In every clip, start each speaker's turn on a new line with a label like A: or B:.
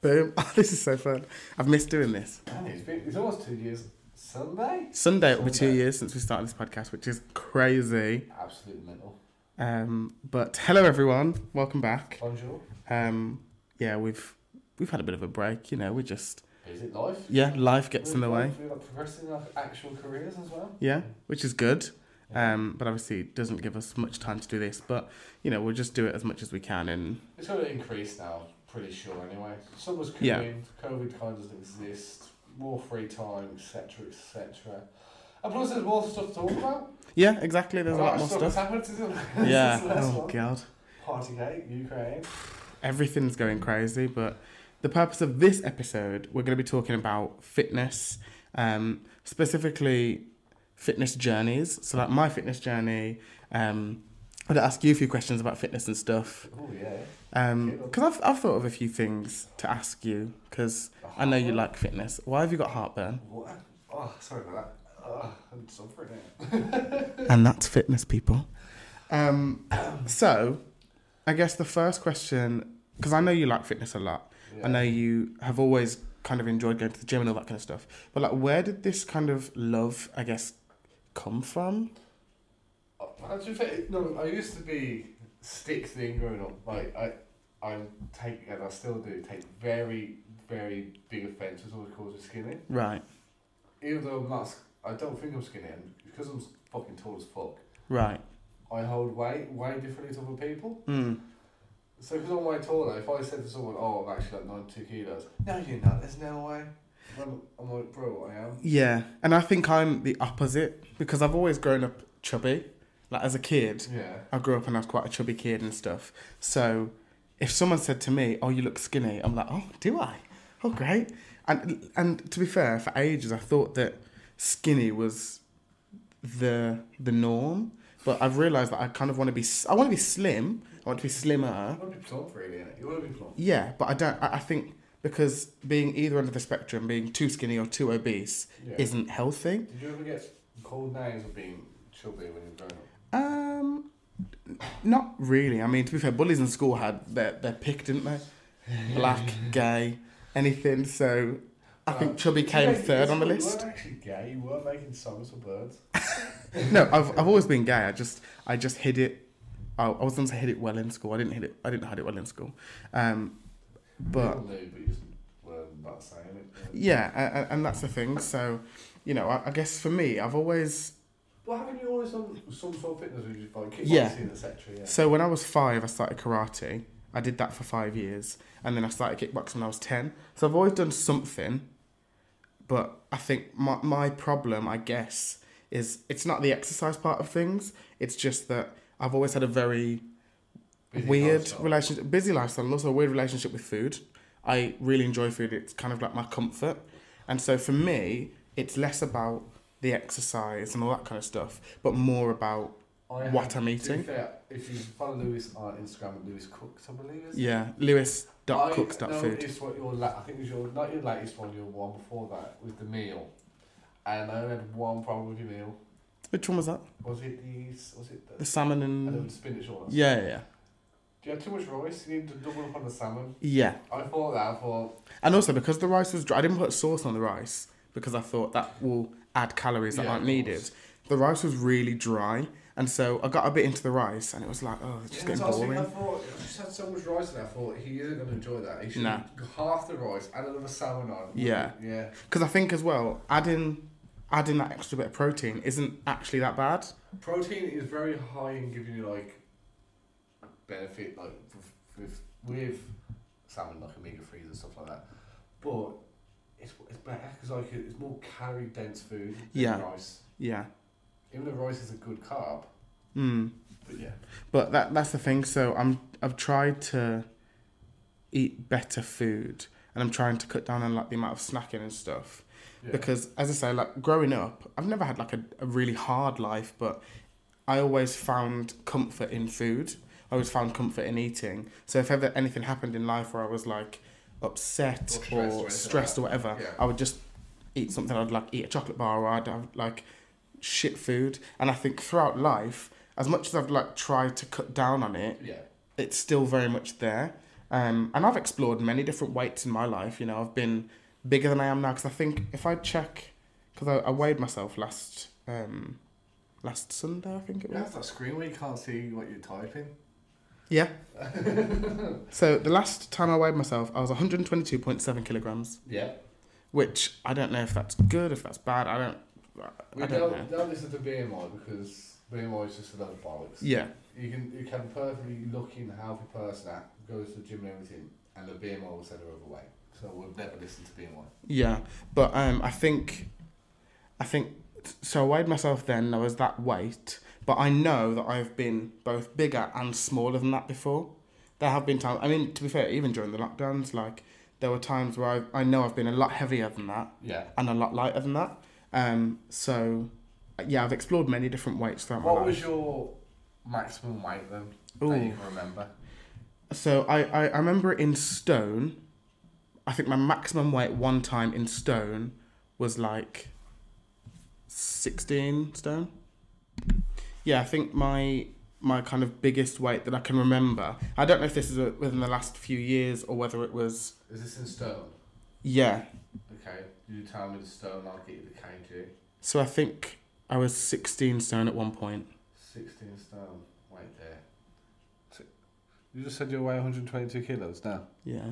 A: Boom. Oh, this is so fun. I've missed doing this.
B: Man, it's, been, it's almost two years. Sunday?
A: Sunday, it'll be two
B: Sunday.
A: years since we started this podcast, which is crazy.
B: Absolutely mental.
A: Um, but hello, everyone. Welcome back.
B: Bonjour.
A: Um, yeah, we've we've had a bit of a break. You know, we're just
B: Is it life?
A: yeah, life gets in the
B: We're-
A: way.
B: We're like progressing our actual careers as well.
A: Yeah, which is good. Um, but obviously, it doesn't give us much time to do this. But you know, we'll just do it as much as we can. And
B: It's going to increase now, pretty sure anyway. Summer's coming,
A: Yeah.
B: COVID kind of doesn't exist, more free time, etc., etc. And plus, there's more stuff to talk about.
A: yeah, exactly. There's a lot more
B: of
A: stuff.
B: happened, isn't there?
A: Yeah.
B: Since the last
A: Oh
B: one.
A: god.
B: Partygate, Ukraine.
A: everything's going crazy but the purpose of this episode we're going to be talking about fitness um, specifically fitness journeys so like my fitness journey um, i'm going to ask you a few questions about fitness and stuff
B: Oh, yeah.
A: because I've, I've thought of a few things to ask you because i know you like fitness why have you got heartburn
B: Oh. What? Oh, sorry about that. Oh, I'm suffering it.
A: and that's fitness people um, so i guess the first question because i know you like fitness a lot I know you have always kind of enjoyed going to the gym and all that kind of stuff. But like, where did this kind of love, I guess, come from?
B: Uh, to be fair, no, I used to be stick thing growing up. Like I, I take and I still do take very, very big offence to someone calls me skinny.
A: Right,
B: Even though I'm not, s- I don't think I'm skinny, and because I'm s- fucking tall as fuck,
A: right.
B: I hold weight way differently to other people.
A: Mm.
B: So because I'm way taller, if I said to someone, "Oh, I'm actually like ninety two kilos," no, you're not. There's no way. I'm, I'm like, bro, I am.
A: Yeah, and I think I'm the opposite because I've always grown up chubby. Like as a kid,
B: Yeah.
A: I grew up and I was quite a chubby kid and stuff. So if someone said to me, "Oh, you look skinny," I'm like, "Oh, do I? Oh, great." And and to be fair, for ages I thought that skinny was the the norm, but I've realised that I kind of want to be s- I want to be slim. I want to be slimmer.
B: You want to be plump, really? innit? You want to be plump.
A: Yeah, but I don't. I, I think because being either end of the spectrum, being too skinny or too obese,
B: Yeah.
A: isn't healthy.
B: Did you ever get called names of being chubby when you were growing up?
A: Um, n- not really. I mean, to be fair, bullies in school had their their pick, didn't they? Black, gay, anything. So I think chubby came
B: Mate,
A: third on the
B: you
A: list.
B: weren't actually gay. You were making songs for birds.
A: No, I've I've always been gay. I just I just hid it. I, I was going to say hid it well in school. I didn't hid it. I didn't hide it well in school. Um, but
B: People knew, but you just were not saying it. yeah.
A: yeah, a- a- and that's the thing. So you know, I, I guess for me, I've always
B: Well, haven't you always done some sort of fitness which is like kickboxing,
A: Yeah.
B: etc. Yeah.
A: So when I was five, I started karate. I did that for five years, and then I started kickboxing when I was ten. So I've always done something, but I think my my problem, I guess, is it's not the exercise part of things. It's just that I've always had a very
B: Busy
A: weird
B: lifestyle.
A: relationship, busy lifestyle, and also a weird relationship with food. I really enjoy food. It's kind of like my comfort, and so for me, it's less about the exercise and all that kind of stuff, but more about
B: I
A: what I'm
B: have- To be
A: eating.
B: fair, if you follow Lewis on Instagram at Lewis Cooks, I believe it is.
A: Yeah, Lewis dot
B: I
A: cooks dot food.
B: noticed what your la- I think it was your not your latest one, your one before that was the meal, and I only had one problem with your meal.
A: Which one was that?
B: Was it the was it the,
A: The salmon
B: and then
A: and
B: the spinach one?
A: yeah, yeah, yeah,
B: Do you have too much rice? You need to double up on the salmon.
A: yeah.
B: I thought that. I thought
A: And also because the rice was dry, I didn't put sauce on the rice because I thought that will add calories that
B: Yeah,
A: aren't
B: of
A: needed.
B: course.
A: The rice was really dry, and so I got a bit into the rice, and it was like, oh, it's just
B: Yeah,
A: getting
B: so I was thinking,
A: boring.
B: I thought I just had so much rice, and I thought he isn't going to enjoy that. He should
A: Nah.
B: half the rice, add another salmon on.
A: Yeah.
B: yeah.
A: Because I think as well, adding adding that extra bit of protein isn't actually that bad.
B: Protein is very high in giving you like benefit, like with, with, with salmon, like omega threes and stuff like that. But it's it's better because like it's more calorie dense food than
A: Yeah.
B: rice.
A: Yeah.
B: Even though rice is a good carb,
A: Mm.
B: but yeah,
A: But that that's the thing. So I'm I've tried to eat better food, and I'm trying to cut down on like the amount of snacking and stuff.
B: Yeah.
A: because as I say, like growing up, I've never had like a, a really hard life, but I always found comfort in food. I always found comfort in eating. So if ever anything happened in life where I was like upset
B: Or stressed or
A: or,
B: anything like
A: stressed
B: that.
A: or whatever,
B: Yeah.
A: I would just eat something. I'd like eat a chocolate bar or I'd have like shit food. And I think throughout life, as much as I've like tried to cut down on it,
B: yeah,
A: it's still very much there. Um, and I've explored many different weights in my life. You know, I've been bigger than I am now because I think if I check, because I, I weighed myself last um, last Sunday, I think it was.
B: that's that screen where you can't see what you're typing.
A: Yeah. so the last time I weighed myself, I was 122.7 kilograms,
B: Yeah,
A: which I don't know if that's good, if that's bad. I don't. I-
B: we
A: I don't know.
B: don't, don't listen to BMI because BMI is just a load of bollocks.
A: Yeah.
B: You can you can perfectly look in healthy person that goes to the gym and everything, and the BMI will say they're overweight. So we'll never listen to BMI.
A: Yeah, but um, I think, I think, so I weighed myself then. I was that weight, but I know that I've been both bigger and smaller than that before. There have been times. I mean, to be fair, even during the lockdowns, like there were times where I, I know I've been a lot heavier than that
B: Yeah.
A: and a lot lighter than that. Um, so yeah, I've explored many different weights throughout my
B: What
A: life.
B: was your maximum weight then? That you
A: Ooh.
B: can remember.
A: So I, I, I remember in stone, I think my maximum weight one time in stone was like 16 stone. Yeah, I think my my kind of biggest weight that I can remember. I don't know if this is uh, within the last few years or whether it was
B: Is this in stone?
A: yeah.
B: Okay. You tell me the stone, I'll get you the kg.
A: So I think I was 16 stone at one point.
B: 16 stone. Wait there. You just said you weigh 122 kilos now.
A: Yeah.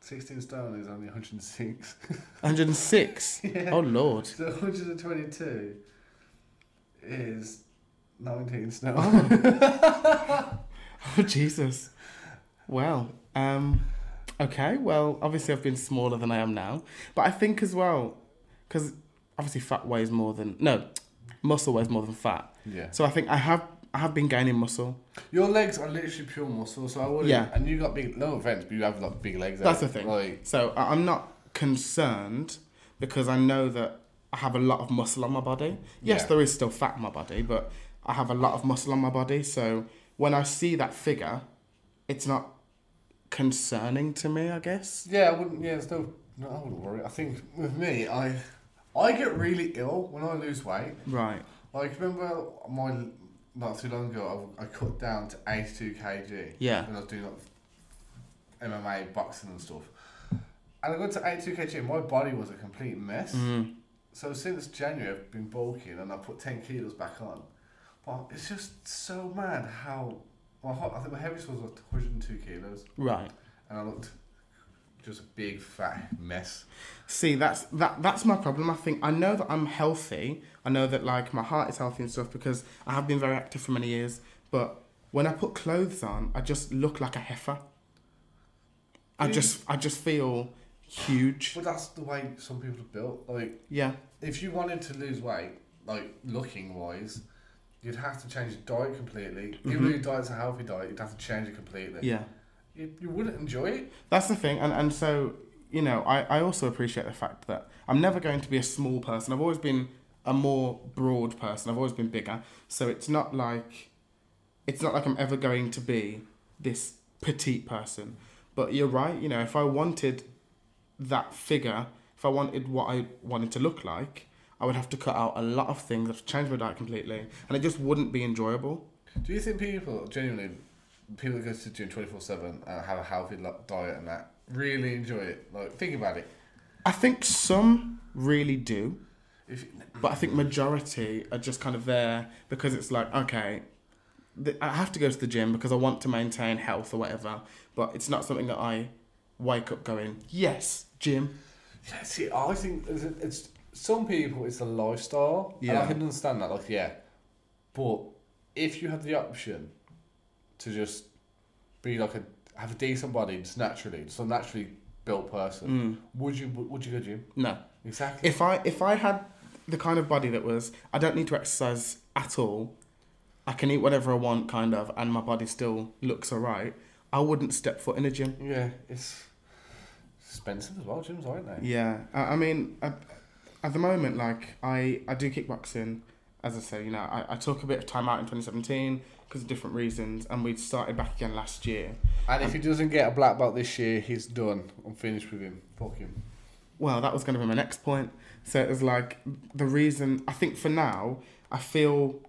B: 16 stone is only 106.
A: 106.
B: yeah.
A: Oh lord.
B: So 122 is 19 stone.
A: Oh Jesus. Well, um, okay. Well, obviously I've been smaller than I am now, but I think as well, because obviously fat weighs more than no, muscle weighs more than fat.
B: Yeah.
A: So I think I have I have been gaining muscle.
B: Your legs are literally pure muscle, so I wouldn't.
A: Yeah.
B: And you got big, no offense, but you have like big legs.
A: That's
B: haven't
A: the
B: you?
A: thing.
B: Like,
A: So I- I'm not concerned because I know that I have a lot of muscle on my body. Yes,
B: Yeah.
A: there is still fat in my body, but I have a lot of muscle on my body. So when I see that figure, it's not concerning to me. I guess.
B: Yeah, I wouldn't. Yeah, it's no, no, I wouldn't worry. I think with me, I, I get really ill when I lose weight.
A: Right.
B: Like remember my not too long ago, I, I cut down to eighty two kg.
A: Yeah.
B: When I was doing like MMA, boxing, and stuff, and I got to eighty two kg. My body was a complete mess.
A: Mm.
B: So since January, I've been bulking and I put ten kilos back on. But it's just so mad how my hot. I think my heaviest was like one hundred and two kilos,
A: Right.
B: and I looked just a big fat mess.
A: See, that's that that's my problem. I think I know that I'm healthy. I know that like my heart is healthy and stuff because I have been very active for many years. But when I put clothes on, I just look like a heifer. I
B: Mm.
A: just I just feel huge.
B: But that's the way some people are built. Like,
A: Yeah.
B: if you wanted to lose weight, like looking wise, you'd have to change your diet completely. Even though
A: Mhm.
B: your diet's a healthy diet, you'd have to change it completely.
A: Yeah.
B: You, you wouldn't enjoy it.
A: That's the thing, and, and so, you know, I, I also appreciate the fact that I'm never going to be a small person. I've always been a more broad person. I've always been bigger. So it's not like it's not like I'm ever going to be this petite person. But you're right, you know, if I wanted that figure, if I wanted what I wanted to look like, I would have to cut out a lot of things, I'd have to change my diet completely, and it just wouldn't be enjoyable.
B: Do you think people, genuinely, people that go to the gym 24 7 and have a healthy lo- diet and that, really enjoy it? Like, think about it.
A: I think some really do.
B: If
A: But I think majority are just kind of there because it's like, okay, th- I have to go to the gym because I want to maintain health or whatever. But it's not something that I wake up going, yes, gym.
B: Yeah, see, I think it's, it's some people it's a lifestyle. and I
A: Yeah.
B: can understand that. Like, yeah, but if you have the option to just be like a have a decent body, just naturally, just a naturally built person,
A: Mm,
B: would you would you go gym?
A: no.
B: Exactly.
A: If I if I had the kind of body that was, I don't need to exercise at all. I can eat whatever I want, kind of, and my body still looks alright. I wouldn't step foot in a gym.
B: yeah, it's expensive as well. Gyms, aren't they?
A: Yeah, I, I mean, I, at the moment, like I, I do kickboxing. As I say, you know, I, I took a bit of time out in 2017 because of different reasons, and we started back again last year.
B: And if he doesn't get a black belt this year, he's done. I'm finished with him. Fuck him.
A: Well, that was going to be my next point. So it was like the reason I think for now I feel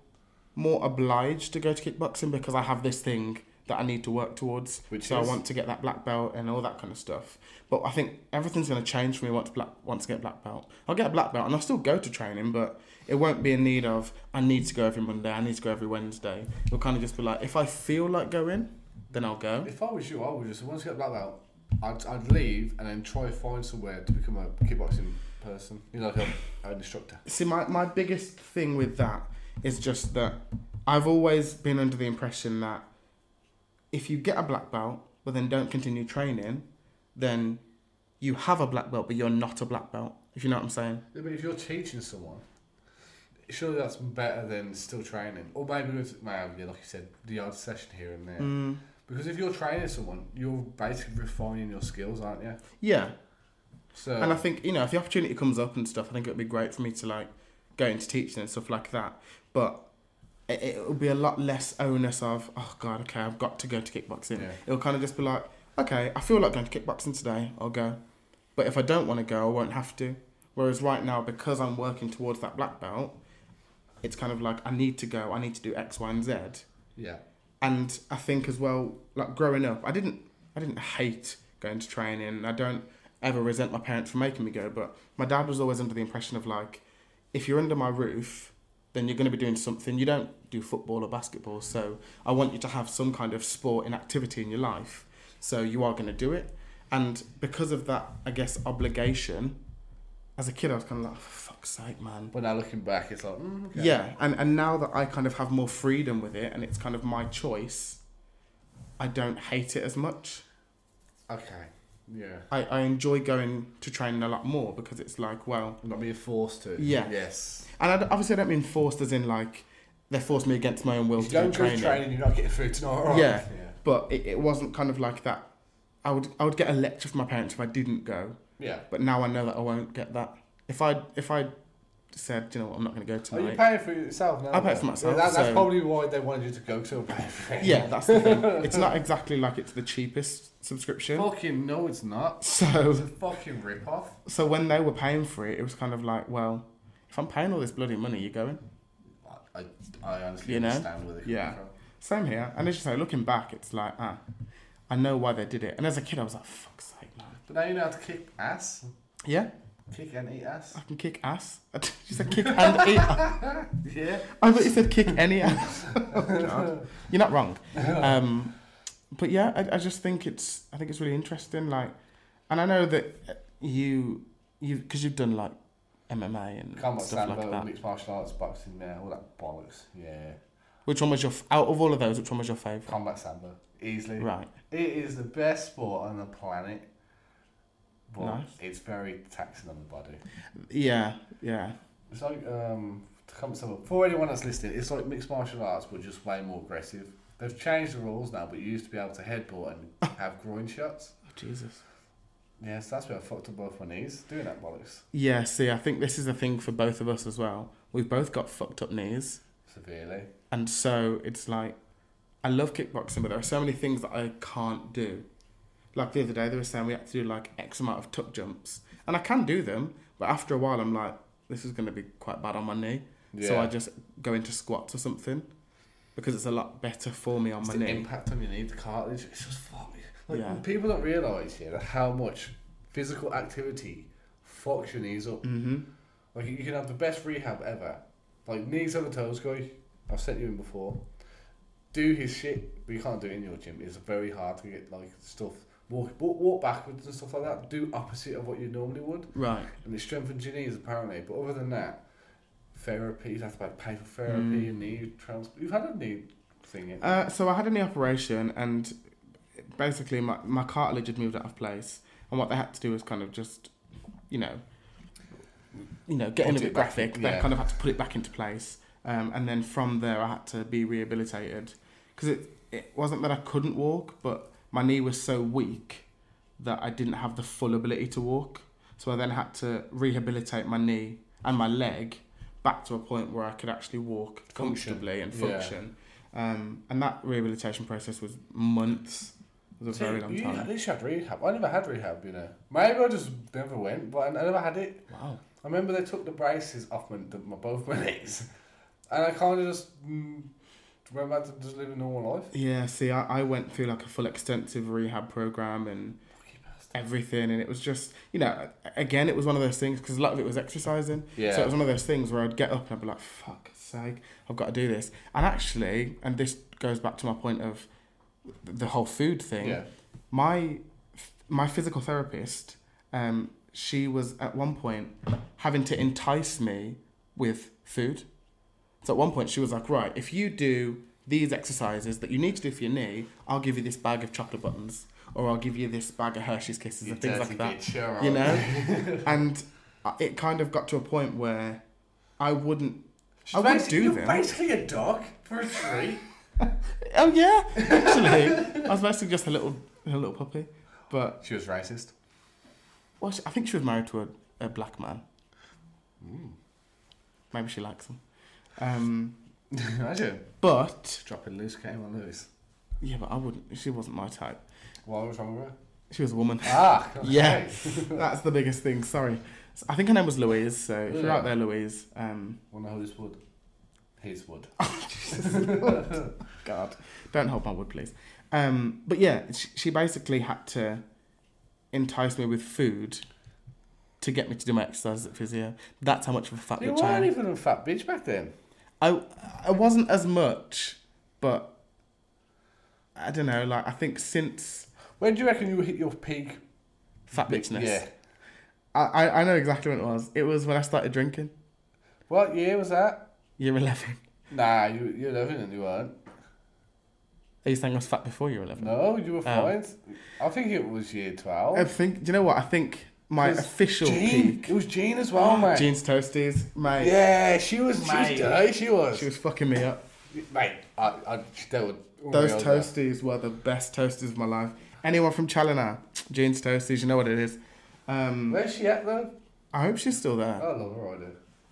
A: more obliged to go to kickboxing because I have this thing that I need to work towards.
B: Which
A: so
B: is
A: I want to get that black belt and all that kind of stuff. But I think everything's going to change for me once black once I get black belt. I'll get a black belt and I'll still go to training, but it won't be in need of I need to go every Monday. I need to go every Wednesday. It'll kind of just be like if I feel like going, then I'll go.
B: If I was you, I would just once you get a black belt, I'd, I'd leave and then try to find somewhere to become a kickboxing person. You know, like a, an instructor.
A: See, my, my biggest thing with that is just that I've always been under the impression that if you get a black belt but then don't continue training, then you have a black belt but you're not a black belt. If you know what I'm saying?
B: Yeah, but if you're teaching someone, surely that's better than still training. Or maybe with, maybe like you said, the odd session here and there.
A: Mm,
B: Because if you're training someone, you're basically refining your skills, aren't you?
A: yeah.
B: So
A: And I think you know if the opportunity comes up and stuff, I think it would be great for me to like go into teaching and stuff like that. But it it will be a lot less onus of oh god, okay, I've got to go to kickboxing.
B: Yeah.
A: It'll kind of just be like, okay, I feel like going to kickboxing today, I'll go. But if I don't want to go, I won't have to. Whereas right now, because I'm working towards that black belt, it's kind of like I need to go, I need to do X, Y, and Z.
B: yeah.
A: And I think as well, like growing up, I didn't, I didn't hate going to training. and I don't ever resent my parents for making me go. But my dad was always under the impression of like, if you're under my roof, then you're going to be doing something. You don't do football or basketball, so I want you to have some kind of sport and activity in your life. So you are going to do it. And because of that, I guess obligation. As a kid, I was kind of like, for fuck's sake, man.
B: But now looking back, it's like mm, okay.
A: Yeah, and, and now that I kind of have more freedom with it and it's kind of my choice, I don't hate it as much.
B: Okay. Yeah.
A: I, I enjoy going to training a lot more because it's like, well,
B: I'm not being forced to.
A: Yeah.
B: Yes.
A: and I, d- obviously I don't mean forced as in like they forced me against my own will
B: If you
A: to go
B: don't go
A: training,
B: training. training, you're not getting through tonight. All right.
A: Yeah.
B: Yeah.
A: but it, it wasn't kind of like that. I would I would get a lecture from my parents if I didn't go,
B: Yeah.
A: but now I know that I won't get that. If I if I said, "Do you know what, I'm not going to go
B: Are
A: tonight.
B: Oh, you paying for yourself now?
A: I pay
B: though?
A: for myself,
B: Yeah, that, that's
A: so-
B: probably why they wanted you to go to a paying for it.
A: yeah, that's the thing. It's not exactly like it's the cheapest subscription.
B: Fucking no, it's not.
A: So
B: It's a fucking rip off.
A: So when they were paying for it, it was kind of like, well, if I'm paying all this bloody money, you're going.
B: I, I honestly
A: You know?
B: understand where they're coming
A: Yeah.
B: from.
A: Same here. And as you say, looking back, it's like, ah, I know why they did it. And as a kid, I was like, fuck's sake, man.
B: But now you know how to kick ass,
A: Yeah,
B: kick and eat ass.
A: I can kick ass. she said kick and eat.
B: yeah.
A: I thought you said kick any ass. Oh, God. You're not wrong. Um, but yeah, I, I just think it's I think it's really interesting. Like, and I know that you you because you've done like MMA and
B: Combat
A: stuff
B: sambo,
A: like that.
B: mixed martial arts, boxing, yeah, all that bollocks. Yeah.
A: Which one was your f- out of all of those? Which one was your favorite?
B: Combat sambo, easily.
A: Right.
B: It is the best sport on the planet, but
A: Nice.
B: it's very taxing on the body.
A: Yeah, yeah.
B: It's like um, to come to for anyone that's listening, it's like mixed martial arts, but just way more aggressive. They've changed the rules now, but you used to be able to headbutt and have groin shots.
A: Oh, Jesus.
B: Yes, that's where I fucked up both my knees doing that bollocks
A: Yeah, see, I think this is the thing for both of us as well. We've both got fucked up knees.
B: severely.
A: And so it's like, I love kickboxing, but there are so many things that I can't do. Like the other day, they were saying we had to do like X amount of tuck jumps. And I can do them, but after a while, I'm like, this is going to be quite bad on my knee.
B: Yeah.
A: So I just go into squats or something because it's a lot better for me on
B: It's
A: my
B: the
A: knee.
B: impact on your knee, the cartilage. It's just fuck. Like
A: Yeah.
B: people don't realize here that how much physical activity fucks your knees up.
A: Mm hmm.
B: Like you can have the best rehab ever. Like knees over toes, guy. I've sent you in before. Do his shit, but you can't do it in your gym. It's very hard to get like stuff. Walk, walk, walk backwards and stuff like that. Do opposite of what you normally would,
A: Right.
B: and it strengthens your knees apparently. But other than that, therapy. You have to like, pay for therapy
A: Mm.
B: and knee transplant. You've had a knee thing, yet?
A: Uh, so I had a knee operation, and basically my, my cartilage had moved out of place, and what they had to do was kind of just, you know, you know, getting a
B: Put it
A: bit
B: back
A: graphic.
B: in-
A: They
B: yeah.
A: kind of had to put it back into place, um, and then from there I had to be rehabilitated because it it wasn't that I couldn't walk, but my knee was so weak that I didn't have the full ability to walk. So I then had to rehabilitate my knee and my leg back to a point where I could actually walk
B: Function.
A: comfortably and
B: Yeah.
A: function. Um, and that rehabilitation process was months. It was a
B: See,
A: very long
B: you
A: time.
B: At least you had rehab. I never had rehab, you know. Maybe I just never went, but I I never had it.
A: Wow.
B: I remember they took the braces off my, the, my both my knees, and I kind of just mm, went back to just living a normal life.
A: Yeah, see, I, I went through like a full extensive rehab program and everything, and it was just, you know, again, it was one of those things because a lot of it was exercising.
B: Yeah.
A: So it was one of those things where I'd get up and I'd be like, fuck sake, I've got to do this. And actually, and this goes back to my point of the whole food thing,
B: yeah.
A: my, my physical therapist, um, she was at one point having to entice me with food. So at one point she was like, right, if you do these exercises that you need to do for your knee, I'll give you this bag of chocolate buttons or I'll give you this bag of Hershey's Kisses
B: You
A: and things
B: dirty
A: like that
B: bitch, alright.
A: you know and I- it kind of got to a point where i wouldn't
B: She's
A: I would
B: basi-
A: do
B: You're
A: them.
B: basically a dog for a treat.
A: oh yeah actually i was basically just a little a little puppy but
B: she was racist.
A: well, she, i think she was married to a, a black man
B: Mm.
A: maybe she likes him um,
B: Imagine
A: but
B: dropping loose came on loose.
A: yeah but i wouldn't she wasn't my type
B: What was wrong with her?
A: she was a woman
B: Ah, okay.
A: Yeah. that's the biggest thing sorry So i think her name was louise so if you're
B: Yeah.
A: out there louise um,
B: Wanna hold his wood? His wood.
A: God, don't hold my wood, please. Um, but yeah, she, she basically had to entice me with food to get me to do my exercises at physio. That's how much of a fat
B: You
A: bitch I
B: weren't
A: am.
B: even a fat bitch back then.
A: I, I wasn't as much, but I don't know. Like I think since
B: When do you reckon you hit your peak?
A: fat bitchness,
B: Yeah.
A: I, I I know exactly when it was. It was when I started drinking,
B: What year was that?
A: year eleven.
B: Nah, you you're eleven and you weren't.
A: Are you saying I was fat before year eleven?
B: No, you were
A: Um,
B: fine. I think it was year twelve.
A: I think. Do you know what? I think my
B: 'Cause
A: official
B: Jean,
A: peak.
B: it was Jean as well, mate.
A: Jeans toasties, mate.
B: Yeah, she was. She was
A: Mate.
B: dirty. She was.
A: She was fucking me up.
B: Mate, I, I, they were.
A: Those
B: unreal,
A: toasties were the best toasties of my life. Anyone from Chaloner, Jean's Toasties, you know what it is.
B: though.
A: Um,
B: Where's she at though? Oh,
A: I hope she's still
B: I
A: there.
B: love her. I do.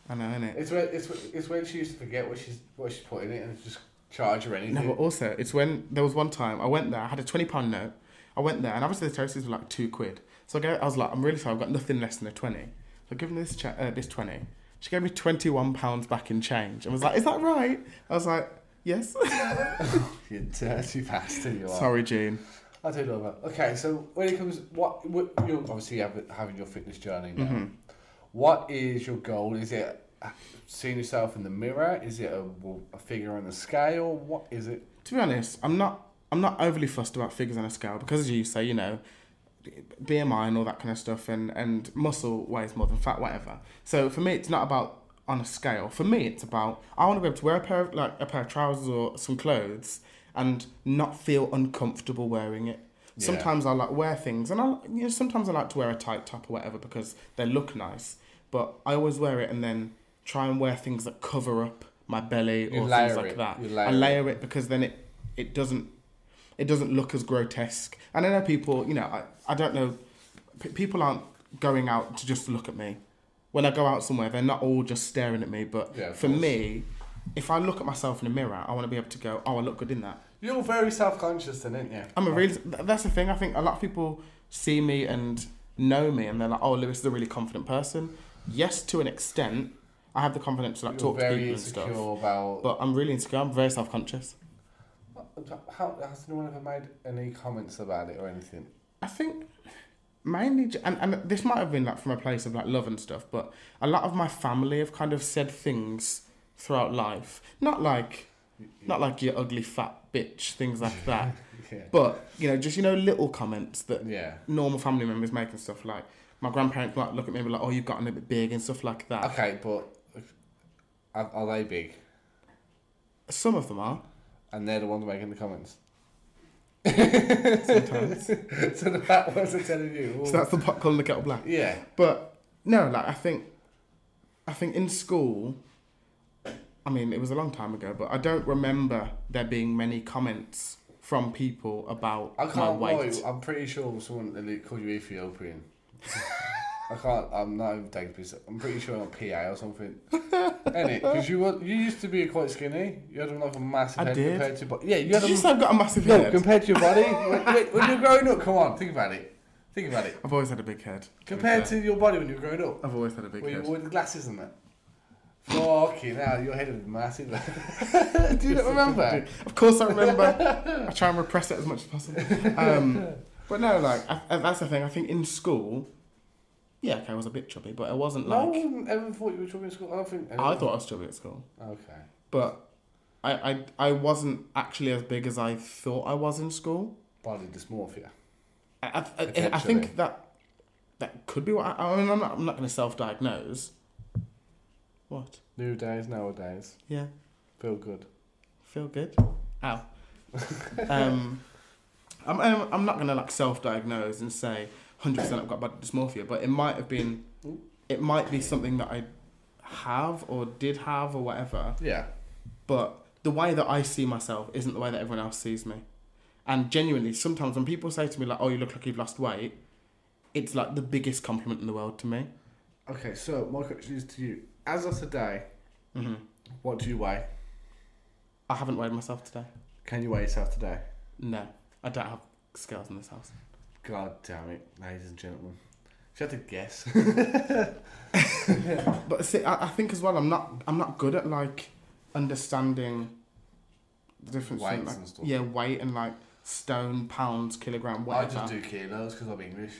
A: I know, innit?
B: It's when it's when- it's when she used to forget what she's what she's put in it and just charge her anything.
A: No, but also, it's when there was one time I went there, I had a £20 note. I went there, and obviously the toasties were like two quid. So I, go, I was like, I'm really sorry, I've got nothing less than a 20. So I give them this, cha- uh, this 20. She gave me £21 back in change and was like, Is that right? I was like, Yes.
B: you dirty bastard, you are.
A: sorry, Jean.
B: I do love her. Okay, so when it comes, what, what you're obviously have- having your fitness journey now.
A: Mhm.
B: What is your goal? Is it seeing yourself in the mirror? Is it a, a figure on the scale? What is it?
A: to be honest, I'm not I'm not overly fussed about figures on a scale because as you say, you know, BMI and all that kind of stuff and, and muscle weighs more than fat, whatever. So for me it's not about on a scale. For me it's about I want to be able to wear a pair of like a pair of trousers or some clothes and not feel uncomfortable wearing it.
B: Yeah.
A: Sometimes I like wear things and I you know, sometimes I like to wear a tight top or whatever because they look nice. But I always wear it and then try and wear things that cover up my belly
B: You
A: or
B: layer
A: things like
B: it.
A: that.
B: You layer
A: I
B: it.
A: layer it because then it it doesn't it doesn't look as grotesque. And I know people, you know, I, I don't know, p- people aren't going out to just look at me. When I go out somewhere, they're not all just staring at me. But
B: Yeah, of
A: for
B: course.
A: me, if I look at myself in a mirror, I want to be able to go, oh, I look good in that.
B: You're very self conscious, then, aren't you?
A: I'm a really. th- That's the thing. I think a lot of people see me and know me, and they're like, "Oh, Lewis is a really confident person." Yes, to an extent, I have the confidence to like
B: You're
A: talk to
B: very
A: people and
B: insecure
A: stuff.
B: about.
A: But I'm really insecure. I'm very self conscious.
B: How has no one ever made any comments about it or anything?
A: I think mainly, j- and, and this might have been like from a place of like love and stuff, but a lot of my family have kind of said things throughout life. Not like, not like you ugly fat bitch, things like that.
B: yeah.
A: but you know, just you know, little comments that
B: yeah.
A: normal family members make and stuff like. My grandparents might look at me and be like, "Oh, you've gotten a bit big" and stuff like that.
B: Okay, but are, are they big?
A: Some of them are.
B: And they're the ones making the comments.
A: Sometimes.
B: so the fat ones are telling you.
A: so that's the pot calling the kettle black.
B: yeah.
A: But no, like I think, I think in school, I mean it was a long time ago, but I don't remember there being many comments from people about
B: I
A: my
B: can't
A: weight.
B: lie, I'm pretty sure someone that called you Ethiopian. I can't. I'm not even taking piss. I'm pretty sure I'm PA or something. Any because you were you used to be quite skinny. You had like a massive
A: I
B: head
A: did.
B: compared to your body. Yeah, you had
A: Did you
B: a
A: say I've got a massive
B: no
A: head?
B: compared to your body. when, when- when you were growing up, come on, think about it. Think about it.
A: I've always had a big head.
B: Compared to your body when you were growing up,
A: I've always had a big
B: where you
A: head.
B: wore the glasses and that. Fucking hell, your head was massive. Do you
A: Yes,
B: not
A: I
B: remember?
A: do. Of course, I remember. I try and repress it as much as possible. Um, but no, like I, I- that's the thing. I think in school, yeah, okay, I was a bit chubby, but I wasn't
B: No
A: like
B: one ever thought you were chubby in school. I don't think.
A: I thought I was chubby at school,
B: Okay.
A: but I, I I wasn't actually as big as I thought I was in school.
B: Body dysmorphia.
A: I, I- I, I
B: Potentially.
A: think that that could be what I, I mean. I'm not I'm not going to self-diagnose. What?
B: New days, nowadays.
A: Yeah,
B: Feel good.
A: feel good. Ow. um, I'm I'm I'm not going to like self-diagnose and say 100 percent I've got body dysmorphia, but it might have been, it might be something that I have or did have or whatever.
B: Yeah.
A: but the way that I see myself isn't the way that everyone else sees me. And genuinely, sometimes when people say to me like, "Oh, you look like you've lost weight," it's like the biggest compliment in the world to me.
B: Okay, so my question is to you. As of today,
A: hmm
B: what do you weigh?
A: I haven't weighed myself today.
B: Can you weigh yourself today?
A: No, I don't have scales in this house.
B: God damn it, ladies and gentlemen. If you had to guess.
A: But see, I, I think as well, I'm not I'm not good at like understanding the difference. between,
B: Weights
A: like,
B: and stuff.
A: Yeah, weight and like stone, pounds, kilogram,
B: I
A: whatever.
B: just do kilos because I'm English.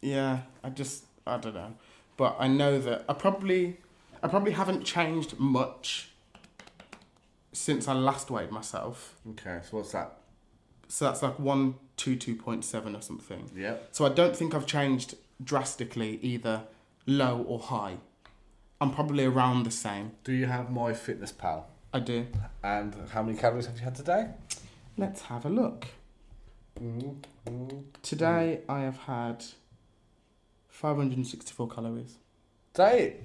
A: Yeah, I just I don't know, but I know that I probably I probably haven't changed much since I last weighed myself.
B: Okay, so what's that?
A: So that's like one two two point seven or something.
B: Yep.
A: So I don't think I've changed drastically either low or high. I'm probably around the same.
B: Do you have my fitness pal?
A: I do.
B: And how many calories have you had today?
A: Let's have a look. Today I have had five hundred and sixty four calories.
B: Day.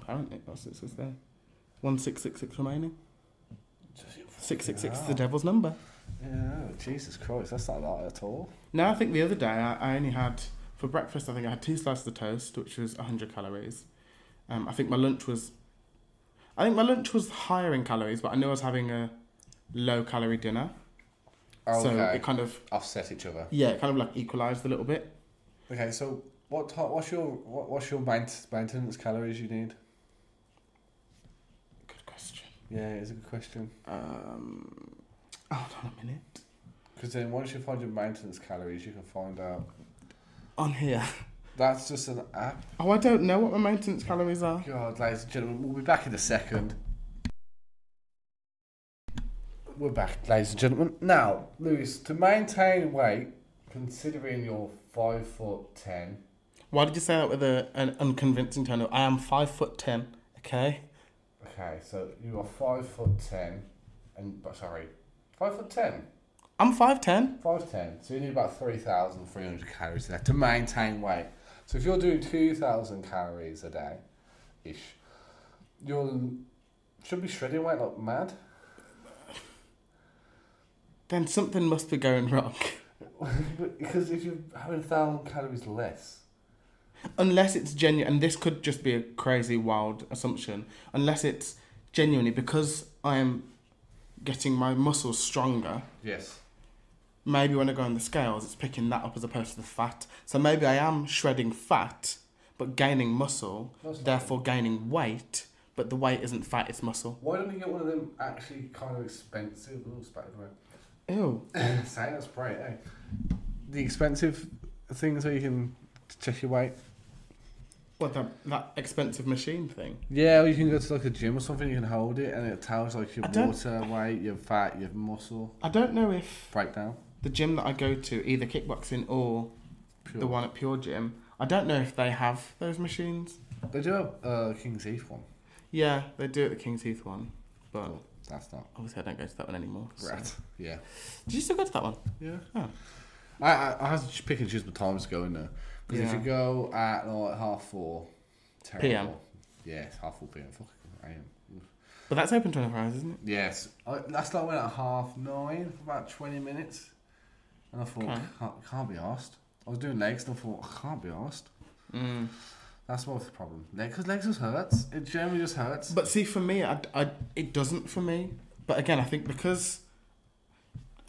A: Apparently that's it says there. One six six six remaining. Six six six is the
B: Yeah.
A: devil's number.
B: Yeah, Jesus Christ, that's not a lot at all.
A: No, I think the other day I, I only had for breakfast. I think I had two slices of toast, which was hundred calories. Um, I think my lunch was, I think my lunch was higher in calories, but I knew I was having a low calorie dinner, so
B: Okay.
A: it kind of
B: Offset each other.
A: yeah, it kind of like equalized a little bit.
B: Okay, so what ti what's your what, what's your maint- maintenance calories you need?
A: Good question.
B: Yeah, it's a good question.
A: Um, hold on a minute.
B: Because then once you find your maintenance calories, you can find out.
A: On here.
B: That's just an app.
A: Oh, I don't know what my maintenance calories are.
B: God, ladies and gentlemen, we'll be back in a second. We're back, ladies and gentlemen. Now, Lewis, to maintain weight, considering you're five foot ten,
A: Why did you say that with a, an unconvincing tone? of, I am five foot ten. Okay.
B: Okay, so you are five foot ten, and but sorry, five foot ten,
A: I'm five ten.
B: five ten. So you need about three thousand three hundred calories a day to maintain weight. So if you're doing two thousand calories a day, ish, you should be shredding weight like mad.
A: Then something must be going wrong.
B: because if you're having thousand calories less,
A: unless it's genuine, and this could just be a crazy, wild assumption, unless it's genuinely because I'm getting my muscles stronger,
B: yes,
A: maybe when I go on the scales, it's picking that up as opposed to the fat. So maybe I am shredding fat, but gaining muscle,
B: Most
A: therefore gaining weight, but the weight isn't fat, it's muscle.
B: why don't we get one of them actually kind of expensive? Ooh, spat everywhere.
A: Ew.
B: Say that's bright, eh? The expensive things where you can check your weight.
A: What, that, that expensive machine thing?
B: Yeah, or you can go to like a gym or something. You can hold it, and it tells like your
A: I don't-
B: water weight, your fat, your muscle
A: I don't know if
B: breakdown.
A: the gym that I go to, either kickboxing or
B: Pure.
A: the one at Pure Gym, I don't know if they have those machines.
B: They do have uh, King's Heath one.
A: Yeah, they do at the King's Heath one, but
B: Cool. That's not
A: obviously I don't go to that one anymore. so-
B: right. Yeah.
A: Did you still go to that one?
B: Yeah.
A: Oh.
B: I, I I have to pick and choose my times to go in there because if
A: Yeah.
B: you go at like half four, terrible.
A: PM.
B: Yeah, it's half four p.m. Fuck, I am.
A: But that's open 24 hours, isn't it?
B: Yes, I, last night I went at half nine for about twenty minutes, and I thought
A: Okay.
B: can't, can't be asked. I was doing legs, and I thought I can't be asked.
A: Mm.
B: That's more of the problem. Because legs just hurts. It generally just hurts.
A: But see, for me, I, I, it doesn't for me. But again, I think because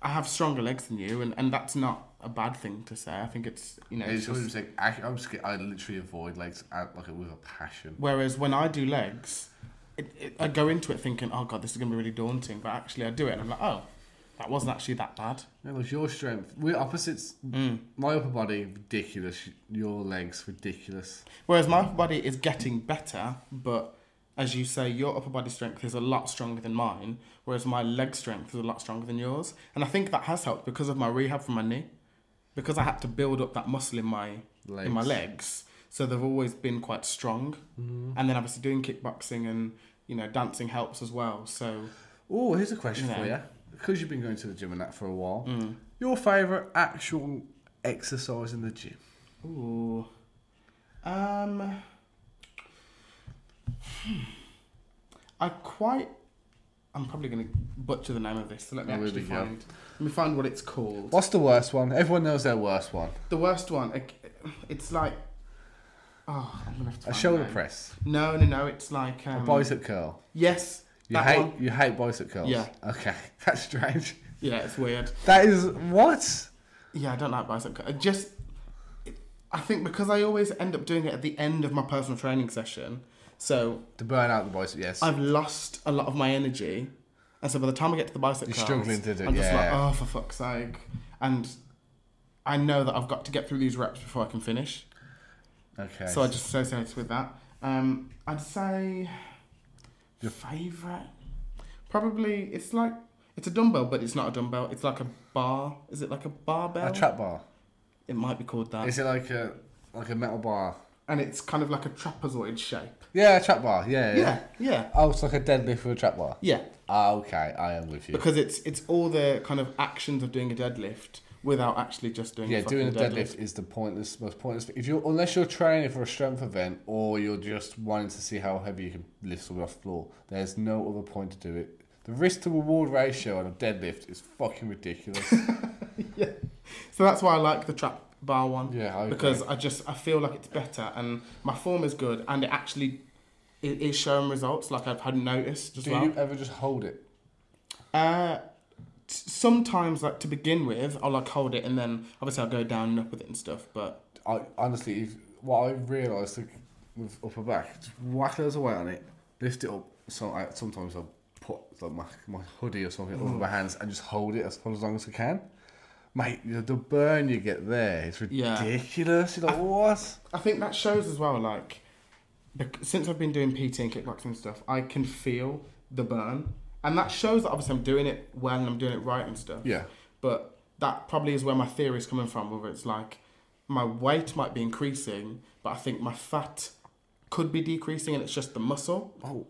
A: I have stronger legs than you, and, and that's not a bad thing to say. I think it's, you know, it's
B: it's just,
A: just-
B: like, I, I'm scared, I literally avoid legs out, like with a passion.
A: whereas when I do legs, it, it, I go into it thinking, oh God, this is going to be really daunting. But actually, I do it and I'm like, oh, that wasn't actually that bad.
B: No, look, your strength. We're opposites.
A: Mm.
B: My upper body, ridiculous. Your legs, ridiculous.
A: Whereas my upper body is getting better, but as you say, your upper body strength is a lot stronger than mine, whereas my leg strength is a lot stronger than yours. And I think that has helped because of my rehab from my knee, because I had to build up that muscle in my
B: Legs.
A: in my legs, so they've always been quite strong.
B: Mhm.
A: And then obviously doing kickboxing and you know dancing helps as well. So
B: Oh, here's a question for you.
A: Yeah.
B: Because you've been going to the gym and that for a while,
A: mm.
B: your favourite actual exercise in the gym?
A: Ooh. Um. hmm. I quite. I'm probably going to butcher the name of this, so let me
B: Oh, here
A: actually
B: we go.
A: find. Let me find what it's called.
B: What's the worst one? Everyone knows their worst one.
A: The worst one. it- It's like. Oh, I'm gonna have to
B: A
A: find the
B: shoulder
A: name.
B: press,
A: No, no, no. It's like. Um,
B: a bicep curl.
A: Yes.
B: You
A: that
B: hate
A: one.
B: you hate bicep curls.
A: Yeah.
B: Okay, that's strange.
A: Yeah, it's weird.
B: That is what?
A: Yeah, I don't like bicep. curl. I just, it, I think because I always end up doing it at the end of my personal training session, so
B: To burn out the bicep. Yes.
A: I've lost a lot of my energy, and so by the time I get to the bicep
B: You're
A: curls,
B: struggling to do-
A: I'm just
B: yeah.
A: like, oh, for fuck's sake! And I know that I've got to get through these reps before I can finish,
B: okay.
A: so I just associate with that. Um, I'd say
B: Your-
A: your favorite, probably it's like it's a dumbbell, but it's not a dumbbell. It's like a bar. Is it like a barbell?
B: a trap bar.
A: it might be called that.
B: Is it like a like a metal bar?
A: and it's kind of like a trapezoid shape.
B: Yeah, a trap bar. Yeah.
A: Yeah, yeah,
B: Oh, it's like a deadlift with a trap bar.
A: yeah.
B: Ah, okay, I am with you.
A: Because it's it's all the kind of actions of doing a deadlift without actually just doing
B: yeah,
A: a
B: doing a
A: fucking
B: deadlift is the pointless, most pointless. thing. If you are unless you're training for a strength event or you're just wanting to see how heavy you can lift something off the floor, there's no other point to do it. The risk to reward ratio on a deadlift is fucking ridiculous.
A: So that's why I like the trap bar one
B: yeah, I
A: because
B: agree.
A: I just I feel like it's better and my form is good and it actually it is showing results like I've had noticed as
B: do
A: well.
B: you ever just hold it?
A: Uh, t- sometimes like to begin with, I'll like hold it and then obviously I'll go down and up with it and stuff. But
B: I honestly, if, what I realised like, with upper back, just whack loads of weight on it, lift it up. So I, sometimes I'll put like my, my hoodie or something over
A: Mm.
B: my hands and just hold it as, for as long as I can. Mate, the, the burn you get there is
A: Yeah.
B: ridiculous. You're like, what?
A: I think that shows as well, like, bec- since I've been doing PT and kickboxing and stuff, I can feel the burn. And that shows that obviously I'm doing it well and I'm doing it right and stuff.
B: Yeah.
A: But that probably is where my theory is coming from, whether it's like my weight might be increasing, but I think my fat could be decreasing and it's just the muscle.
B: Oh,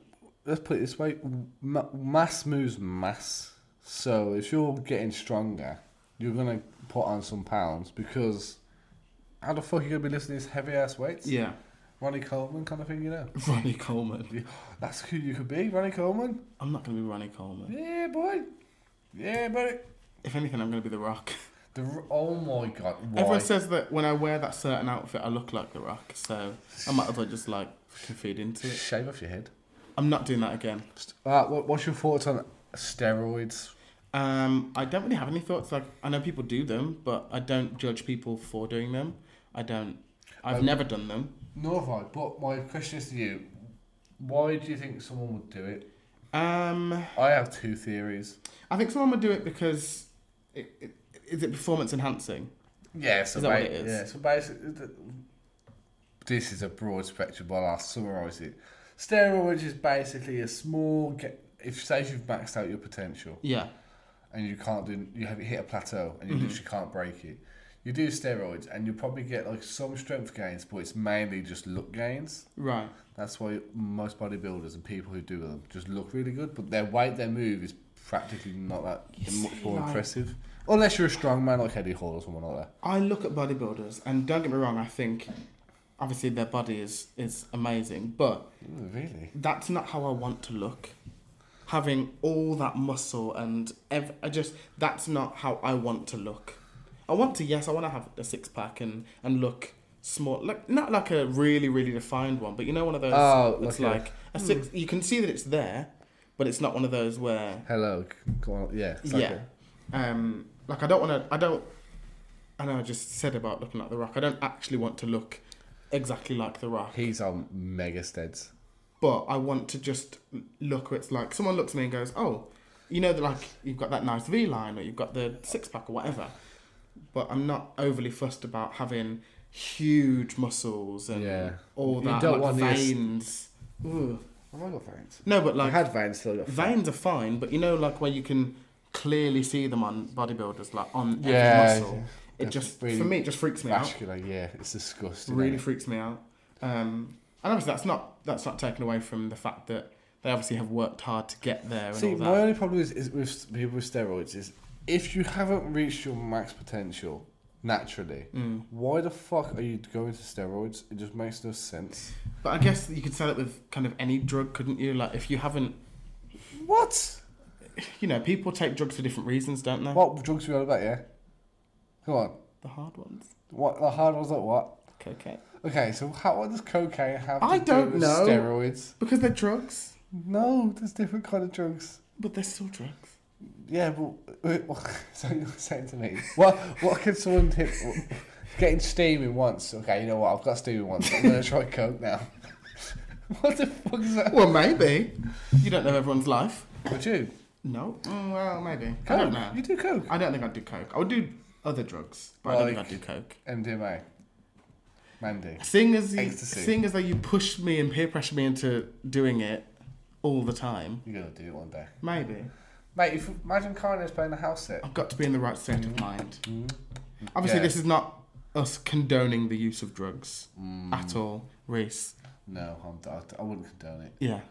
B: let's put it this way: Ma- mass moves mass. So if you're getting stronger, you're gonna put on some pounds because how the fuck are you gonna be lifting these heavy ass weights?
A: Yeah.
B: Ronnie Coleman kind of thing, you know.
A: Ronnie Coleman.
B: That's who you could be, Ronnie Coleman.
A: I'm not going to be Ronnie Coleman.
B: Yeah, boy. Yeah, buddy.
A: If anything, I'm going to be The Rock.
B: The r- oh my god, why?
A: Everyone says that when I wear that certain outfit, I look like The Rock. So I might as well just like feed into it.
B: shave off your head.
A: I'm not doing that again.
B: St- Uh, what, what's your thoughts on steroids?
A: Um, I don't really have any thoughts. Like I know people do them, but I don't judge people for doing them. I don't. I've
B: Um,
A: never done them.
B: No, have I. But my question is to you: Why do you think someone would do it?
A: Um,
B: I have two theories.
A: I think someone would do it because it, it, is it performance enhancing?
B: Yeah, so
A: Is that what
B: ba-
A: it is?
B: yeah, so basically, th- this is a broad spectrum, but I'll summarise it. Steroids is basically a small. Get- if say if you've maxed out your potential,
A: Yeah.
B: and you can't do you have hit a plateau and you
A: Mhm.
B: literally can't break it. You do steroids and you'll probably get like some strength gains, but it's mainly just look gains.
A: Right.
B: That's why most bodybuilders and people who do them just look really good, but their weight, their move is practically not that
A: You
B: much
A: see,
B: more
A: like-
B: impressive. Unless you're a strong man like Eddie Hall or someone like that.
A: I look at bodybuilders, and don't get me wrong. I think obviously their body is is amazing, but
B: Ooh, really?
A: that's not how I want to look. Having all that muscle and ev- I just that's not how I want to look. I want to yes, I want to have a six pack and and look small, like not like a really really defined one, but you know one of those.
B: Oh,
A: that's
B: like a-
A: like a six. You can see that it's there, but it's not one of those where
B: Hello, c- go on. Yeah. it's
A: yeah. Um, like I don't want to. I don't. I know I just said about looking like the Rock. I don't actually want to look exactly like the
B: a-
A: Rock,
B: He's on mega steads.
A: but I want to just look. It's like someone looks at me and goes, "Oh, you know, that like you've got that nice V line, or you've got the six pack, or whatever." But I'm not overly fussed about having huge muscles and
B: Yeah.
A: all
B: You
A: that
B: don't
A: like
B: want the-
A: veins. Ugh.
B: Have Oh, I got veins?
A: No, but
B: Like,
A: like
B: I had veins till I got fat.
A: veins are fine, but you know, like where you can clearly see them on bodybuilders, like on
B: Yeah,
A: every muscle. It
B: That's
A: just
B: really
A: for me, it just freaks me out.
B: Vascular, yeah. It's disgusting.
A: Really
B: eh?
A: freaks me out. Um, and obviously, that's not that's not taken away from the fact that they obviously have worked hard to get there and
B: See,
A: all that.
B: my only problem is, is with people with steroids is if you haven't reached your max potential naturally,
A: Mm.
B: why the fuck are you going to steroids? It just makes no sense.
A: But I guess you could say that with kind of any drug, couldn't you? Like if you haven't,
B: What?
A: you know, people take drugs for different reasons, don't they?
B: What drugs are we on about? Yeah. Come on.
A: The hard ones,
B: What the hard ones like what?
A: cocaine,
B: Okay, so how what does cocaine have? To
A: I don't
B: do with
A: know.
B: Steroids.
A: because they're drugs,
B: No, there's different kind of drugs.
A: but they're still drugs.
B: Yeah, but so you're saying to me, what what can someone hit? Getting steaming once. Okay, you know what? I've got steaming once. I'm gonna try coke now. what the fuck is that?
A: Well, maybe you don't know everyone's life.
B: Would you?
A: No. Mm, well, maybe. I
B: Coke.
A: don't know.
B: You do coke.
A: I don't think I'd do coke. I would do other drugs, but I don't think
B: Like-
A: I'd do coke.
B: MDMA. Mandy.
A: Seeing as you,
B: Ecstasy.
A: seeing as though you push me and peer pressure me into doing it all the time,
B: You're gonna do it one day,
A: maybe
B: mate. If, imagine Kanye's playing a house set.
A: I've got to be in the right state of mind. Obviously,
B: Mm-hmm. Yeah.
A: this is not us condoning the use of drugs
B: Mm,
A: at all, Reese.
B: no, I'm, I, I wouldn't condone it.
A: Yeah,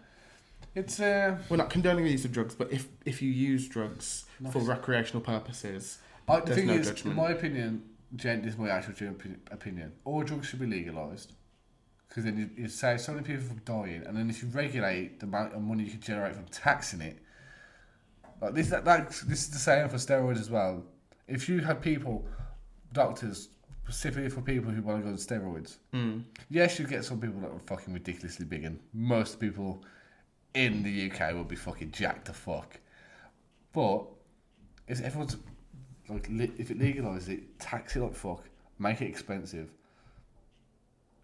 B: It's uh,
A: we're not condoning the use of drugs, but if if you use drugs for
B: Nice.
A: recreational purposes,
B: I, the
A: There's
B: thing
A: no
B: is,
A: judgment.
B: in my opinion, gent this is my actual gen- opi- opinion. All drugs should be legalized because then you, you save so many people from dying, and then if you regulate the amount of money you can generate from taxing it, like this, that, that this is the same for steroids as well. If you had people, doctors specifically for people who want to go on steroids,
A: mm,
B: yes, you get some people that are fucking ridiculously big, and most people in the UK will be fucking jacked to fuck. But if everyone's like, li- if it legalizes it, tax it like fuck, make it expensive,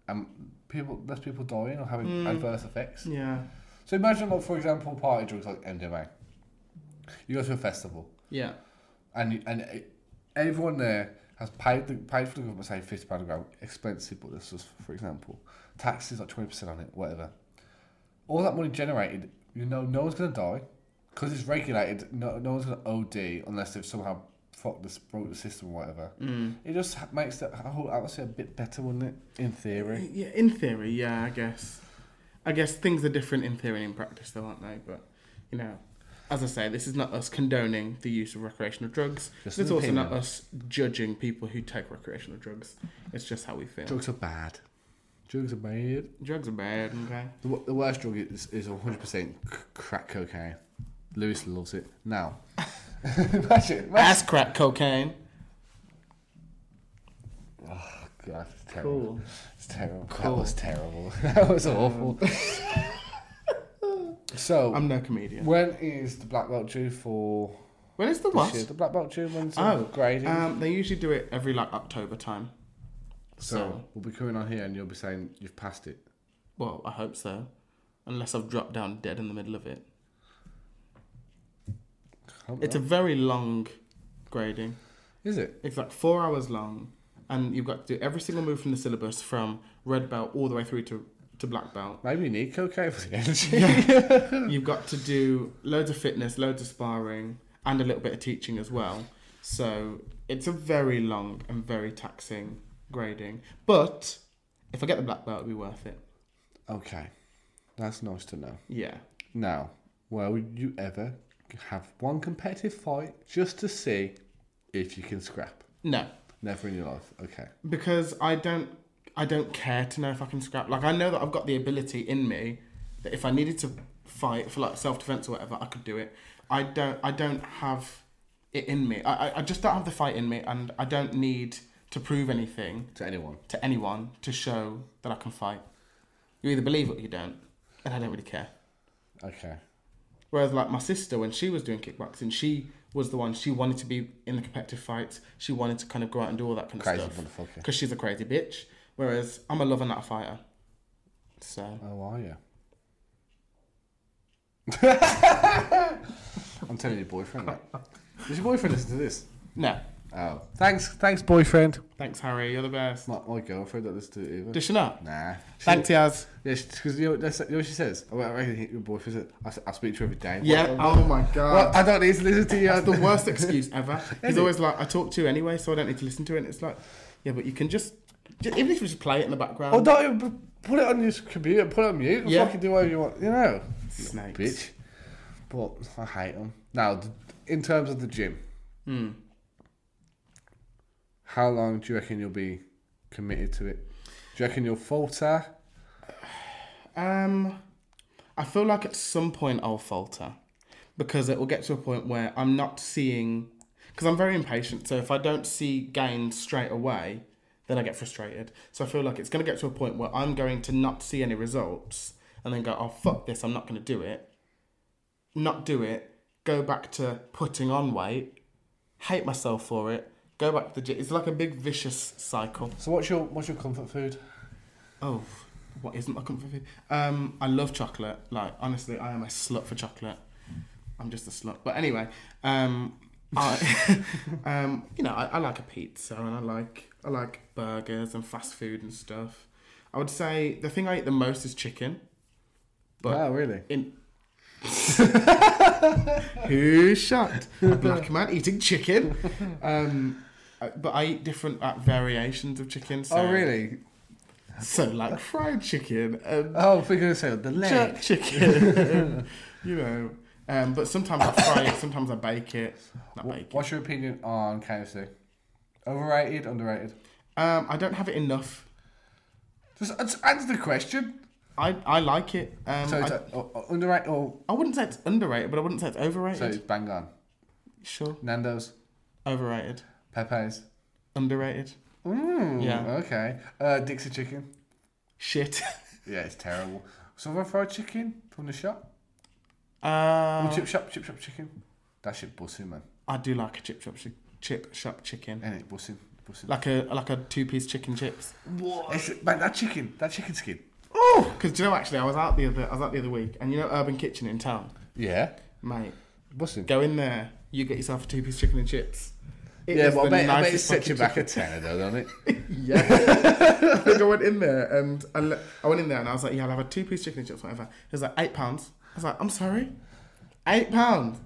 B: and people less people dying or having
A: Mm.
B: adverse effects.
A: yeah,
B: So imagine, like for example, party drugs like MDMA. You go to a festival
A: yeah,
B: and and it, everyone there has paid the paid for the government say fifty pound a gram expensive, but this was for example taxes like twenty percent on it, whatever. All that money generated, you know, no one's gonna die because it's regulated. No, no one's gonna OD unless they've somehow fucked this broke the system or whatever.
A: mm.
B: It just ha- makes the whole atmosphere a bit better, wouldn't it? In theory,
A: Yeah, in theory, yeah, I guess. I guess things are different in theory and in practice, though, aren't they? But you know, as I say, this is not us condoning the use of recreational drugs.
B: Just
A: it's
B: an
A: also not
B: opinion.
A: us judging people who take recreational drugs. It's just how we feel.
B: drugs are bad. Drugs are bad.
A: drugs are bad, okay?
B: The, wo- the worst drug is is one hundred percent crack cocaine. Lewis loves it now. imagine, imagine
A: Ass crack cocaine.
B: God, it's terrible. It's terrible.
A: Cool. Um,
B: That was terrible. that was awful. so,
A: I'm no comedian.
B: when is the black belt due for
A: When is the
B: this year?
A: what?
B: The black belt due when's
A: Oh,
B: oh, grading?
A: Um, they usually do it every like October time.
B: so, we'll be coming on here and you'll be saying you've passed it.
A: Well, I hope so. Unless I've dropped down dead in the middle of it.
B: Can't
A: It's a
B: lie.
A: very long grading.
B: is it?
A: It's like four hours long, and you've got to do every single move from the syllabus from red belt all the way through to, to black belt.
B: Maybe you need cocaine for the energy.
A: You've got to do loads of fitness, loads of sparring, and a little bit of teaching as well. So it's a very long and very taxing grading. But if I get the black belt, it'll be worth it.
B: okay, that's nice to know.
A: Yeah.
B: Now, where would you ever have one competitive fight just to see if you can scrap?
A: No,
B: Never in your life. Okay.
A: because I don't. I don't care to know if I can scrap. Like I know that I've got the ability in me that if I needed to fight for like self defense or whatever, I could do it. I don't. I don't have it in me. I, I- I just don't have the fight in me, and I don't need to prove anything
B: to anyone.
A: to anyone to show that I can fight. You either believe it or you don't, and I don't really care.
B: Okay.
A: Whereas, like my sister, when she was doing kickboxing, she was the one she wanted to be in the competitive fights. She wanted to kind of go out and do all that kind of
B: Crazy
A: stuff
B: motherfucker.
A: because she's a crazy bitch. Whereas I'm a lover, not a fighter. So
B: Oh, are you? I'm telling your boyfriend. Mate. Does your boyfriend listen to this?
A: no,
B: Oh, thanks, thanks, boyfriend.
A: thanks Harry, you're the best.
B: My, my girlfriend that listens to it either.
A: Does she not?
B: nah. She,
A: Thanks, Yaz.
B: Yeah, because you, know, that's- you know what she says. I reckon he- your boyfriend says, I, s- I speak to her every day.
A: Yeah.
B: What-
A: Oh my
B: Well,
A: god.
B: I don't need to listen to you.
A: That's the worst excuse ever. He's
B: it?
A: always like, I talk to you anyway, so I don't need to listen to it. And it's like, yeah, but you can just, ju- even if you just play it in the background.
B: Or don't even put it on your computer, put it on mute,
A: Um, Yeah.
B: fucking do whatever you want, you know.
A: Snakes.
B: Bitch. But I hate them. Now, th- in terms of the gym,
A: Hmm.
B: how long do you reckon you'll be committed to it? Do you reckon you'll falter?
A: Um, I feel like at some point I'll falter because it will get to a point where I'm not seeing because I'm very impatient. So if I don't see gains straight away, then I get frustrated. So I feel like it's going to get to a point where I'm going to not see any results and then go, "Oh fuck this, I'm not going to do it." Not do it. Go back to putting on weight. Hate myself for it. Go back to the gym. It's like a big vicious cycle.
B: So what's your what's your comfort food?
A: Oh, what isn't my comfort food? Um, I love chocolate. Like honestly, I am a slut for chocolate. I'm just a slut. But anyway, um, I, um, you know, I, I like a pizza and I like I like burgers and fast food and stuff. I would say the thing I eat the most is chicken. But
B: wow, really?
A: in who shot a black man eating chicken? Um, uh, but I eat different uh, variations of chicken. So
B: oh, really?
A: so like fried chicken and
B: Oh, we're going to say the leg.
A: jerk chicken, you know. Um, but sometimes I fry it, sometimes I bake it. Not
B: Wha-
A: bake it.
B: What's your opinion on KFC? Overrated, underrated?
A: Um, I don't have it enough.
B: Just ans- answer the question.
A: I, I like it. Um,
B: so it's
A: I,
B: uh, uh, uh, underrated or
A: I wouldn't say it's underrated, but I wouldn't say it's
B: so
A: overrated.
B: it's bang on.
A: sure,
B: Nando's,
A: overrated,
B: Pepe's.
A: underrated,
B: Mm,
A: Yeah.
B: Okay. Uh, Dixie chicken.
A: shit.
B: Yeah, it's terrible. Southern fried chicken from the shop.
A: Uh,
B: or chip shop, chip shop chicken. That shit bussing, man.
A: I do like a chip shop chi- chip shop chicken,
B: Ain't it bussing? Bussing.
A: like a like a two piece chicken chips.
B: It's- man, that chicken, that chicken skin.
A: Oh, because do you know actually I was out the other I was out the other week, and you know Urban Kitchen in town,
B: Yeah.
A: mate.
B: Bussing.
A: Go in there, you get yourself a two piece chicken and chips. It
B: Yeah,
A: is
B: but I
A: the
B: bet, I bet it
A: nicest
B: sets you
A: fucking
B: back a tenner though, doesn't it?
A: chicken- Yeah. I think I went in there and I, le- I went in there and I was like, yeah, I'll have a two piece chicken and chips, whatever. It was like £8. pounds. I was like, I'm sorry? £8? pounds?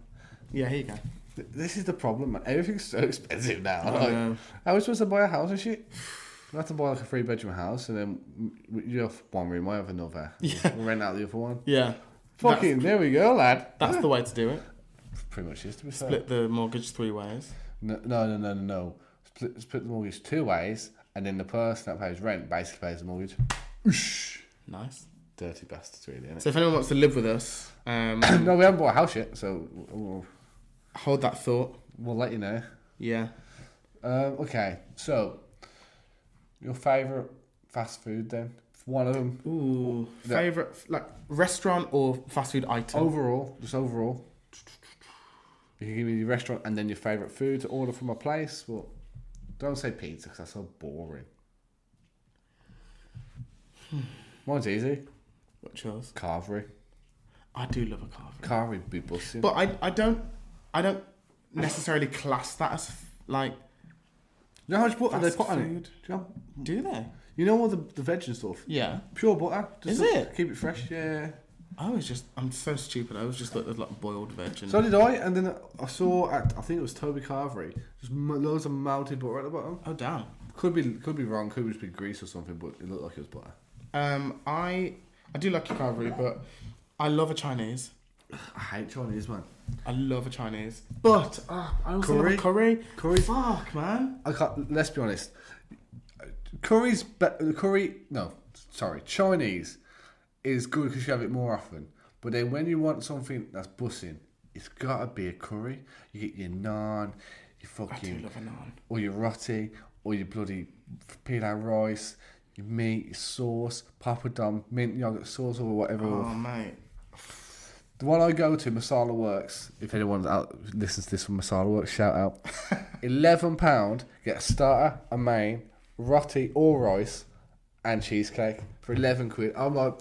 A: Yeah, here you go.
B: Th- This is the problem, man. Everything's so expensive now.
A: I
B: Like,
A: know.
B: I was supposed to buy a house and shit. I have to buy like a three bedroom house, and then w- you have one room, I have another.
A: Yeah.
B: We rent out the other one.
A: Yeah,
B: Fucking, there we go, lad.
A: that's the way to do it.
B: Pretty much is to be fair.
A: Split the mortgage three ways.
B: No, no, no, no, no. no. Split, split the mortgage two ways, and then the person that pays rent basically pays the mortgage.
A: Nice.
B: Dirty bastards, really, innit?
A: So if anyone wants to live with us, um,
B: no, we haven't bought a house yet, so we'll,
A: hold that thought.
B: we'll let you know.
A: Yeah.
B: Um, okay, so your favourite fast food then? One of them.
A: Ooh,
B: Yeah.
A: favorite like restaurant or fast food
B: Oh.
A: item.
B: Overall, just overall. You can give me your restaurant and then your favourite food to order from a place. Well, don't say pizza because that's so boring. Hmm. Mine's easy.
A: What's yours?
B: Carvery.
A: I do love a carvery.
B: Carvery be bussing.
A: But I, I don't I don't necessarily class that as like
B: you know how much butter they
A: fast
B: put on it?
A: food.
B: Do you, know,
A: Do they?
B: you know all the, the veg and stuff?
A: Yeah.
B: Pure butter.
A: Is
B: to
A: it?
B: Keep it fresh, yeah.
A: I was just I'm so stupid. I was just thought there's like boiled veg and
B: So did I, and then I saw at I think it was Toby Carvery, just m- loads of melted butter at the bottom.
A: oh damn.
B: Could be could be wrong, could just be grease or something, but it looked like it was butter.
A: Um, I I do like a carvery, but I love a Chinese.
B: I hate Chinese man.
A: I love a Chinese, but uh, I also love a curry.
B: Curry.
A: Fuck, man.
B: I can't. Let's be honest. Curry's be- curry. No, sorry, Chinese is good because you have it more often. But then when you want something that's bussing, it's gotta be a curry. You get your naan, your
A: I do
B: fucking
A: love a naan.
B: or your roti or your bloody pilau rice, your meat, your sauce, papadum, mint yogurt sauce, or whatever.
A: Oh, mate.
B: The one I go to, Masala Works. If anyone out listens to this from Masala Works, shout out. Eleven pound, get a starter, a main, roti or rice, and cheesecake for eleven quid. I'm like,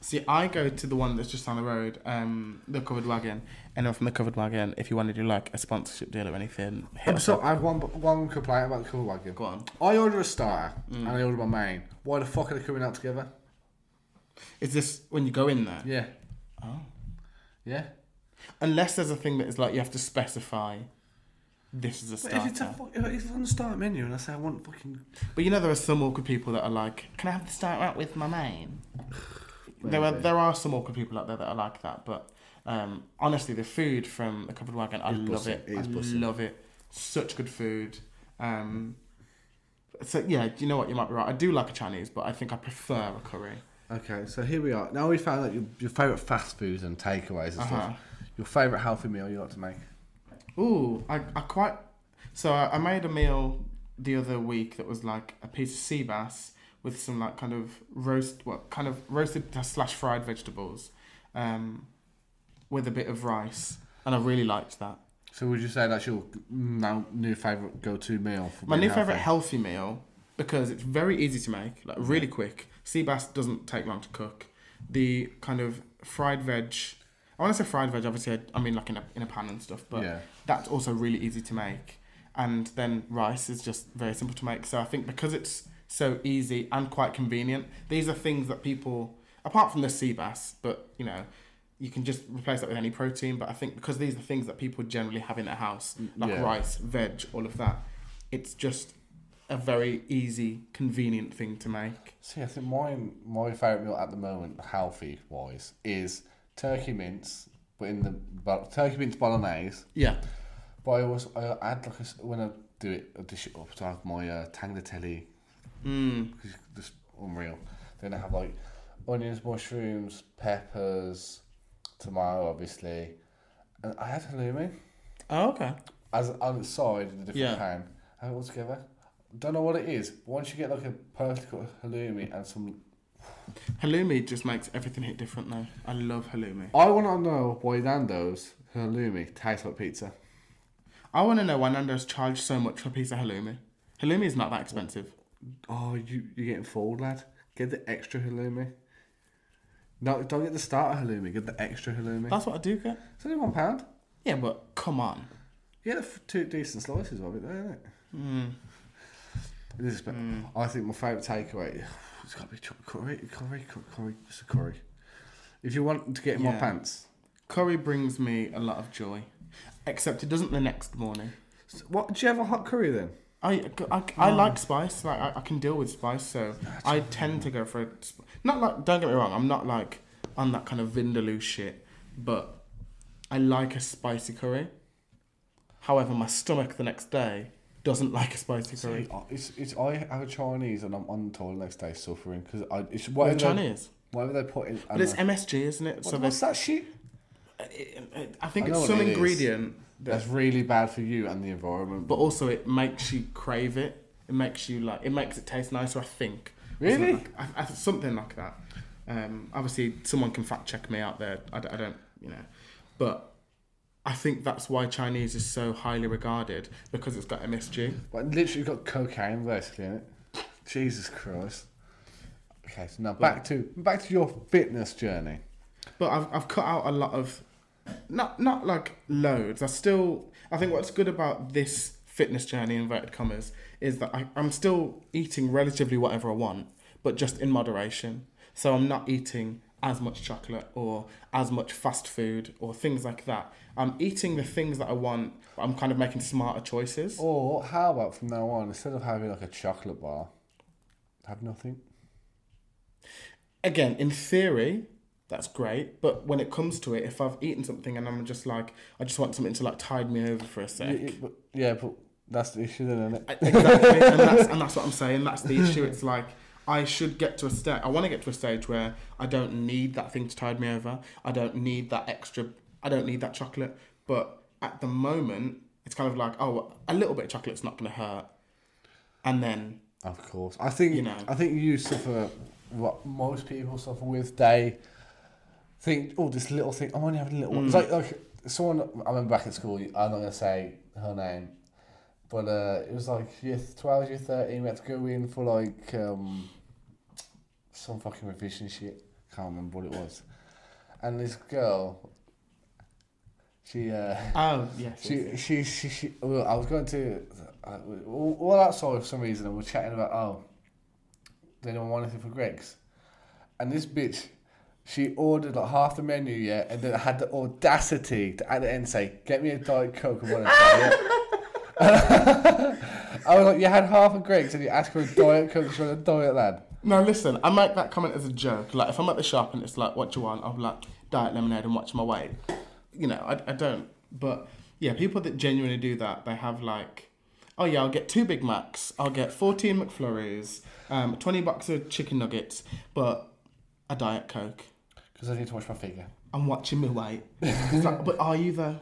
A: See, I go to the one that's just down the road, um, the Covered Wagon. And from the Covered Wagon, if you want to do like a sponsorship deal or anything, hit
B: I'm
A: us
B: sorry.
A: up.
B: I had one one complaint about the cover wagon.
A: Go on.
B: I order a starter and I order my main. Why the fuck are they coming out together?
A: Is this when you go in there?
B: Yeah,
A: Oh.
B: yeah.
A: Unless there's a thing that is like you have to specify this is a
B: But
A: starter.
B: if it's, a, fuck- if it's on the start menu and I say I want fucking
A: But you know, there are some awkward people that are like, "Can I have the start out with my main?" there are
B: Maybe.
A: there are some awkward people out there that are like that, but um, honestly, the food from the covered wagon, I
B: It's
A: love
B: bussing.
A: it.
B: It is
A: I
B: bussing.
A: love it. Such good food. Um, so yeah, do you know what? You might be right. I do like a Chinese, but I think I prefer a curry.
B: Okay, so here we are. Now we found out your, your favourite fast foods and takeaways and
A: Uh-huh.
B: stuff. Your favourite healthy meal you like to make.
A: Ooh, I, I quite. So I, I made a meal the other week that was like a piece of sea bass with some like kind of roast, what kind of roasted slash fried vegetables, um, with a bit of rice, and I really liked that.
B: So would you say that's your now new favourite go-to meal? For
A: My new
B: being healthy?
A: favorite healthy meal because it's very easy to make, like really quick. Sea bass doesn't take long to cook. The kind of fried veg. I want to say fried veg. Obviously, I, I mean like in a in a pan and stuff, but
B: yeah.
A: that's also really easy to make. And then rice is just very simple to make. So I think because it's so easy and quite convenient, these are things that people, apart from the sea bass, but you know, you can just replace that with any protein. But I think because these are things that people generally have in their house, like
B: yeah.
A: rice, veg, all of that, it's just a very easy, convenient thing to make.
B: See, I think mine, my favourite meal at the moment, healthy wise, is turkey mince, but in the but turkey mince bolognese.
A: Yeah.
B: But I always I add like a s when I do it, I dish it up. So I have my uh, tagliatelle
A: Mm.
B: because it's just unreal. Then I have like onions, mushrooms, peppers, tomato, obviously, and I had halloumi
A: Oh, okay.
B: as on the side in a different
A: Yeah.
B: pan. I had it all together. Don't know what it is. Once you get like a perfect cut halloumi and some,
A: Halloumi just makes everything hit different though. I love halloumi.
B: I want to know why Nando's halloumi tastes like pizza.
A: I want to know why Nando's charged so much for a piece of halloumi. Halloumi is not that expensive.
B: Oh, you you're getting fooled, lad. Get the extra halloumi. No, don't get the starter halloumi. Get the extra halloumi.
A: That's what I do get.
B: it's only one pound.
A: Yeah, but come on.
B: You get a f- two decent slices of it, there, isn't it?
A: Mm.
B: It is, but
A: Mm.
B: I think my favourite takeaway it's got to be chop curry, curry, curry, curry, just a curry. If you want to get in my
A: Yeah.
B: pants,
A: Curry brings me a lot of joy, except it doesn't the next morning.
B: S- what? Do you have a hot curry then?
A: I, I, I
B: Oh.
A: like spice. Like I, I can deal with spice, so I tend to go for a, sp- not like. Don't get me wrong. I'm not like on that kind of Vindaloo shit, but I like a spicy curry. However, my stomach the next day doesn't like a spicy curry.
B: See, I- it's, it's I have a Chinese and I'm on the toilet next day suffering because I it's
A: What
B: whatever
A: the
B: they,
A: Chinese?
B: whatever they put in.
A: But it's MSG, isn't it?
B: what,
A: so there's,
B: what's that shit?
A: it- it- I think
B: I
A: it's
B: know what
A: some
B: it is.
A: ingredient that
B: That's really bad for you and the environment.
A: but also it makes you crave it. It makes you like it makes it taste nicer. I think
B: Really?
A: something like, I, I, something like that. Um, obviously, someone can fact check me out there. I, d- I don't, you know, but I think that's why Chinese is so highly regarded because it's got MSG.
B: Like literally got cocaine basically in it. Jesus Christ. Okay, so now
A: Well-
B: back to back to your fitness journey.
A: But I've, I've cut out a lot of, not not like loads. I still I think what's good about this fitness journey inverted commas is that I, I'm still eating relatively whatever I want, but just in moderation. So I'm not eating as much chocolate or as much fast food or things like that. I'm eating the things that I want. But I'm kind of making smarter choices.
B: Or how about from now on, instead of having like a chocolate bar, have nothing.
A: again, in theory, that's great. But when it comes to it, if I've eaten something and I'm just like, I just want something to like tide me over for a
B: Y-
A: sec.
B: y- but- yeah, but that's the issue then, isn't it?
A: I- Exactly, and that's and that's what I'm saying. That's the issue. It's like I should get to a stage. I want to get to a stage where I don't need that thing to tide me over. I don't need that extra. I don't need that chocolate. But at the moment, it's kind of like oh, a little bit of chocolate's not going to hurt. and then
B: Of course, I think
A: You know.
B: I think you suffer what most people suffer with. They think, oh, this little thing. I'm only having a little
A: Mm.
B: one. It's like like someone I remember back at school. I'm not gonna say her name, but uh, it was like year twelve, year thirteen. We had to go in for like um, some fucking revision shit. Can't remember what it was. And this girl, she uh,
A: oh yes, yes,
B: she,
A: yes.
B: she, she, she, well, I was going to, uh, all all outside for some reason, and we're chatting about, oh, they don't want anything for Greg's. And this bitch, she ordered like half the menu, yeah, and then had the audacity to at the end say, get me a Diet Coke and one of Diet. I was like, you had half a Greg's and you asked for a Diet Coke, she wanted a Diet Lad.
A: No, listen, I make that comment as a joke. Like, if I'm at the shop and it's like, what do you want? I'll be like, diet lemonade and watch my weight. You know, I, I don't. But yeah, people that genuinely do that, they have like, oh yeah, I'll get two Big Macs, I'll get 14 McFlurries, um, 20 bucks of chicken nuggets, but a Diet Coke.
B: Because I need to wash my finger.
A: I'm watching my weight. It's like, but are you though?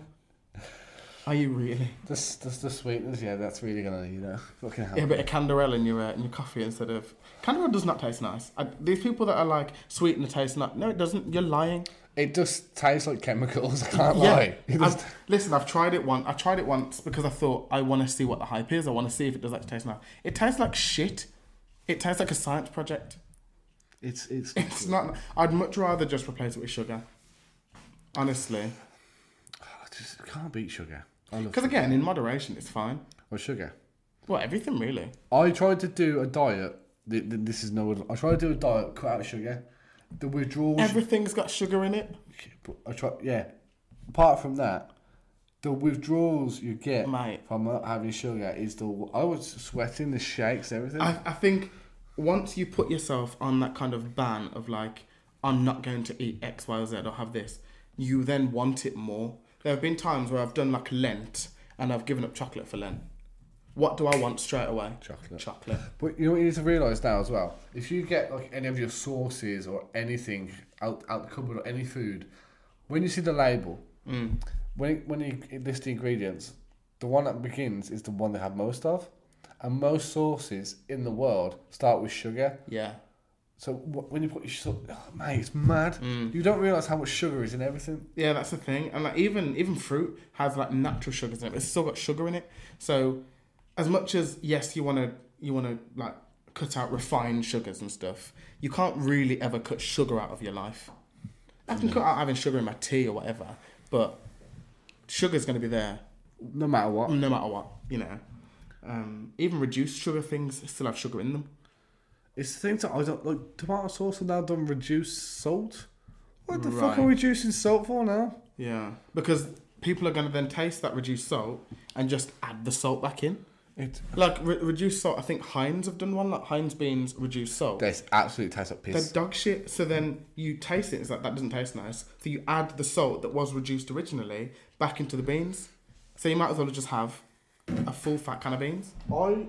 A: Are you really?
B: This, this, the sweetness, yeah, that's really gonna, you know, fucking help.
A: Yeah, a bit of Canderel in your uh, in your coffee instead of Canderel does not taste nice. I, these people that are like sweetener tastes not. No, it doesn't. You're lying.
B: It just tastes like chemicals. I can't lie. It
A: I've-
B: just-
A: listen, I've tried it once. I tried it once because I thought I want to see what the hype is. I want to see if it does actually taste nice. It tastes like shit. It tastes like a science project.
B: It's it's
A: It's not. I'd much rather just replace it with sugar. Honestly,
B: I just can't beat sugar. I love
A: because
B: sugar.
A: again, in moderation, it's fine.
B: Well, sugar.
A: Well, everything really.
B: I tried to do a diet. th- th- This is no. I tried to do a diet, cut out sugar. The withdrawal.
A: Everything's got sugar in it,
B: I try. Yeah. Apart from that, the withdrawals you get
A: mate.
B: from not having sugar is the. I was sweating, the shakes, everything.
A: I, I think once you put yourself on that kind of ban of like, I'm not going to eat X, Y, or Z or have this, you then want it more. There have been times where I've done like Lent and I've given up chocolate for Lent. What do I want straight away?
B: Chocolate.
A: Chocolate.
B: But you know what you need to realise now as well? If you get like any of your sauces or anything out out the cupboard or any food, when you see the label, when when you list the ingredients, the one that begins is the one they have most of, and most sauces in the world start with sugar.
A: Yeah. so
B: So wh- when you put your su- oh, mate, it's mad. You don't realise how much sugar is in everything.
A: Yeah, that's the thing. And like even even fruit has like natural sugars in it, but it's still got sugar in it. So as much as yes, you wanna you wanna like cut out refined sugars and stuff, you can't really ever cut sugar out of your life. I can cut out having sugar in my tea or whatever, but sugar's gonna be there
B: No matter what.
A: no matter what, you know. Um, even reduced sugar things still have sugar in them.
B: It's the thing that I don't like. Tomato sauce are now done reduced salt. What the fuck are
A: Right.
B: we reducing salt for now?
A: Yeah. Because people are gonna then taste that reduced salt and just add the salt back in.
B: It
A: Like re- reduced salt, I think Heinz have done one. Like Heinz beans reduced salt. They're,
B: This absolutely tastes like piss.
A: dog shit. So then you taste it. It's like that doesn't taste nice. So you add the salt that was reduced originally back into the beans. So you might as well just have a full fat can of beans.
B: I,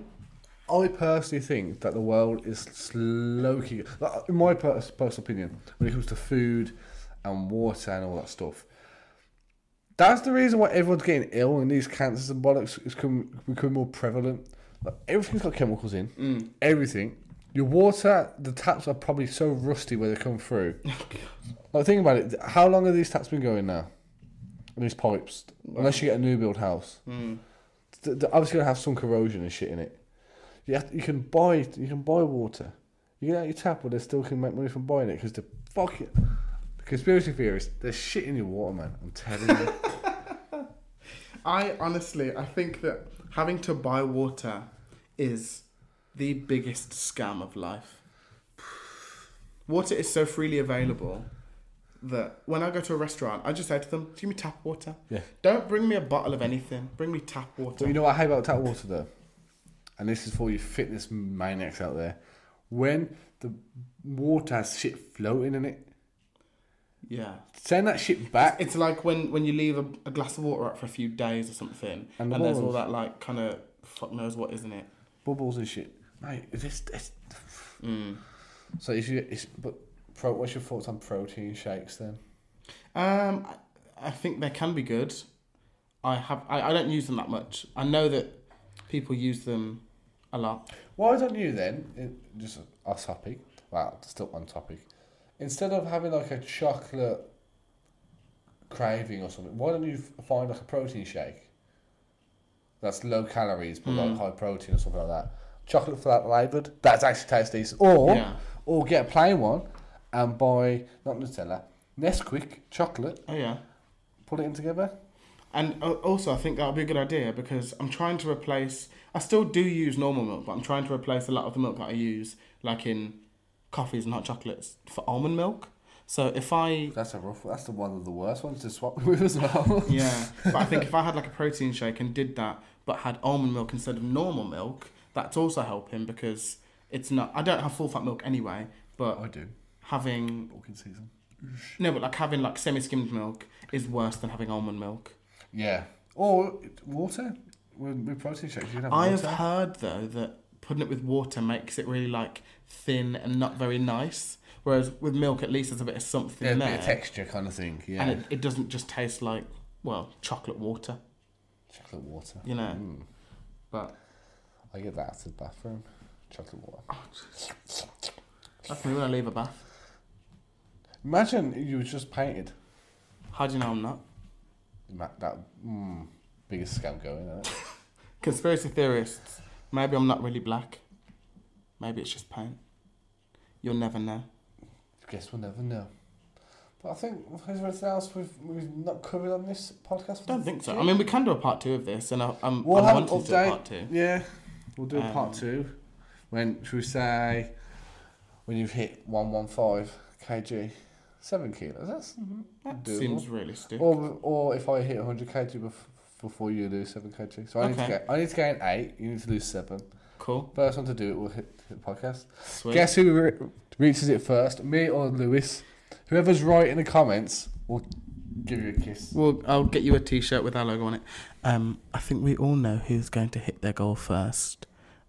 B: I personally think that the world is slowly, like, in my pers- personal opinion, when it comes to food and water and all that stuff. That's the reason why everyone's getting ill and these cancers and bollocks is com- becoming more prevalent. Like, everything's got chemicals in. Everything. Your water, the taps are probably so rusty where they come through. Like, think about it. How long have these taps been going now? And these pipes? Unless you get a new build house th- th- obviously gonna have some corrosion and shit in it. You have, you can buy you can buy water. You get out your tap, but they still can make money from buying it because the fuck it. The conspiracy theorists, they're shit in your water, man. I'm telling you.
A: I honestly, I think that having to buy water is the biggest scam of life. Water is so freely available that when I go to a restaurant, I just say to them, "Give me tap water."
B: Yeah.
A: Don't bring me a bottle of anything. Bring me tap
B: But
A: water.
B: you know what I hate about tap water though, and this is for you fitness maniacs out there. When the water has shit floating in it,
A: yeah.
B: send that shit back.
A: It's like when, when you leave a, a glass of water out for a few days or something, and,
B: And the
A: there's all
B: bubbles.
A: that like kind of fuck knows what, isn't it?
B: bubbles and shit. Mate, this this.
A: Mm.
B: So if you, it's, but pro, what's your thoughts on protein shakes then?
A: Um, I, I think they can be good. I have I, I don't use them that much. I know that people use them a lot.
B: Why don't you then, in- just off topic, well, still on topic, instead of having like a chocolate craving or something, why don't you f- find like a protein shake that's low calories but
A: Mm.
B: like high protein or something like that? Chocolate flat laboured, that actually tastes decent. Or,
A: Yeah.
B: or get a plain one and buy, not Nutella, Nesquik chocolate,
A: Oh yeah.
B: put it in together.
A: And uh, also, I think that would be a good idea because I'm trying to replace. I still do use normal milk, but I'm trying to replace a lot of the milk that I use, like in coffees and hot chocolates, for almond milk. So if I
B: That's a rough That's the one of the worst ones to swap with as well.
A: yeah, but I think if I had like a protein shake and did that, but had almond milk instead of normal milk, that's also helping because it's not. I don't have full fat milk anyway, but
B: I do.
A: having
B: Walking season.
A: no, but like having like semi skimmed milk is worse than having almond milk.
B: Yeah. Or water with, with protein shakes. You can have
A: I have
B: water.
A: heard though that putting it with water makes it really like thin and not very nice. Whereas with milk, at least there's a bit of something
B: There's a
A: there,
B: bit of texture kind of thing. Yeah.
A: and it, it doesn't just taste like well chocolate water,
B: chocolate water.
A: you know.
B: Mm.
A: But
B: I get that out of the bathroom. Chocolate water.
A: that's me when I leave a bath.
B: Imagine you was just painted.
A: How do you know I'm not?
B: Ma- That mm, biggest scam going. Isn't it?
A: Conspiracy theorists. Maybe I'm not really black. Maybe it's just paint. You'll never know.
B: Guess we'll never know. But I think is there anything else we've, we've not covered on this podcast?
A: I don't think so. I mean, we can do a part two of this, and I, I'm,
B: We'll
A: I'm
B: have an
A: wanting to do a
B: update.
A: part two.
B: Yeah, we'll do a part
A: Um,
B: two. When should we say when you've hit one one five kg, seven kilos? That's
A: That
B: Doable.
A: seems realistic.
B: or or if I hit hundred kg bef- before you lose seven kg. So I need to
A: Okay.
B: get I need to gain eight. You need to lose seven.
A: Cool.
B: First one to do it will hit, hit the podcast.
A: Sweet.
B: Guess who re- reaches it first? Me or Lewis? Whoever's right in the comments will give you a kiss.
A: Well, I'll get you a T-shirt with our logo on it. Um, I think we all know who's going to hit their goal first,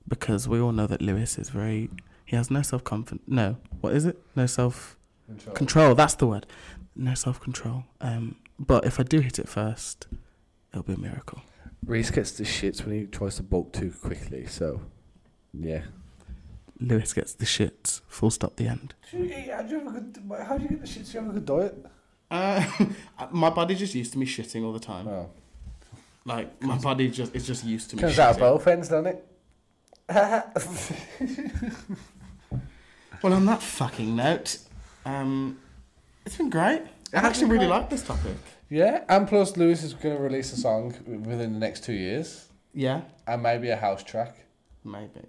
A: because we all know that Lewis is very. He has no self confidence. No, what is it? No self control. That's the word. No self control. Um, but if I do hit it first, it'll be a miracle.
B: Reese gets the shits when he tries to bulk too quickly. So yeah.
A: Lewis gets the shits. Full stop. The end.
B: Do you eat, how do you have a good? How do you get the shit? Do you have a good diet?
A: Uh, my body just used to me shitting all the time.
B: No.
A: Like my body just is just used to me.
B: Comes out of
A: shitting.
B: both ends, doesn't it?
A: Well, on that fucking note, um, it's been great. I
B: been
A: actually really
B: great.
A: like this topic.
B: yeah, and plus Lewis is going to release a song within the next two years,
A: Yeah,
B: and maybe a house track.
A: maybe.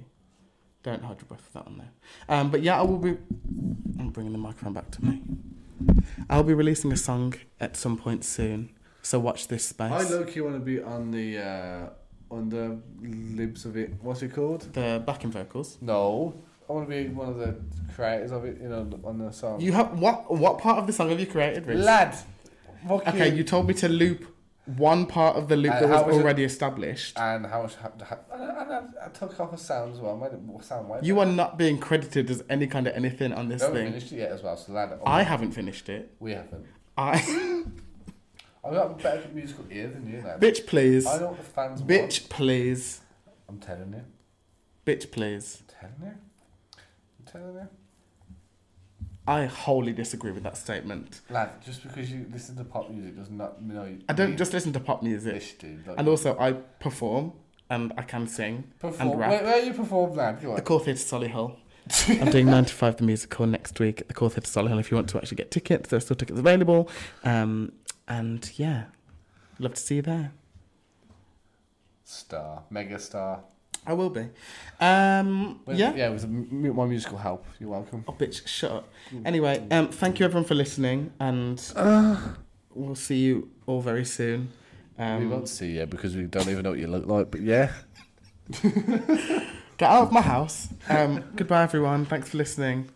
A: Don't hold your breath for that one though. Um, but yeah, I will be. I'm bringing the microphone back to me. I'll be releasing a song at some point soon. So watch this space.
B: I low key want to be on the uh, on the libs of it. What's it called?
A: the backing vocals.
B: No, I want to be one of the creators of it. You know, on the song.
A: You have what? What part of the song have you created, Rich?
B: lad. Fuck
A: okay,
B: you.
A: you told me to loop one part of the loop
B: And
A: that
B: how
A: was
B: was it- Uh,
A: already established.
B: And how much? Ha- ha- and, and, and I took off a sound as well. Made it sound way.
A: You are not being credited as any kind of anything on this
B: better. We haven't
A: thing.
B: finished it yet as well. So lad,
A: I haven't finished it.
B: we haven't.
A: I.
B: I've got a better musical ear than you, lad.
A: Bitch, please.
B: I know what the fans want.
A: Bitch, please.
B: I'm telling you.
A: Bitch, please.
B: I'm telling you. I'm telling you.
A: I wholly disagree with that statement.
B: Lad, just because you listen to pop music does not mean you
A: I don't just listen to pop music.
B: this, dude. Like,
A: And also, I perform and I can sing.
B: perform.
A: and rap.
B: Where, where you perform, lad? Go
A: The
B: on.
A: Core Theatre Solihull. I'm doing 9 to 5 the musical next week at the Core Theatre Solihull if you want to actually get tickets. There are still tickets available. Um, and yeah, love to see you there.
B: Star. Mega star.
A: I will be. Um,
B: Well,
A: yeah.
B: Yeah, it was a mu- my musical help. You're welcome.
A: Oh, bitch, shut up. Anyway, um, thank you everyone for listening, and we'll see you all very soon.
B: we
A: Um,
B: won't see you because we don't even know what you look like, but yeah.
A: get out of my house. Um, goodbye, everyone. Thanks for listening.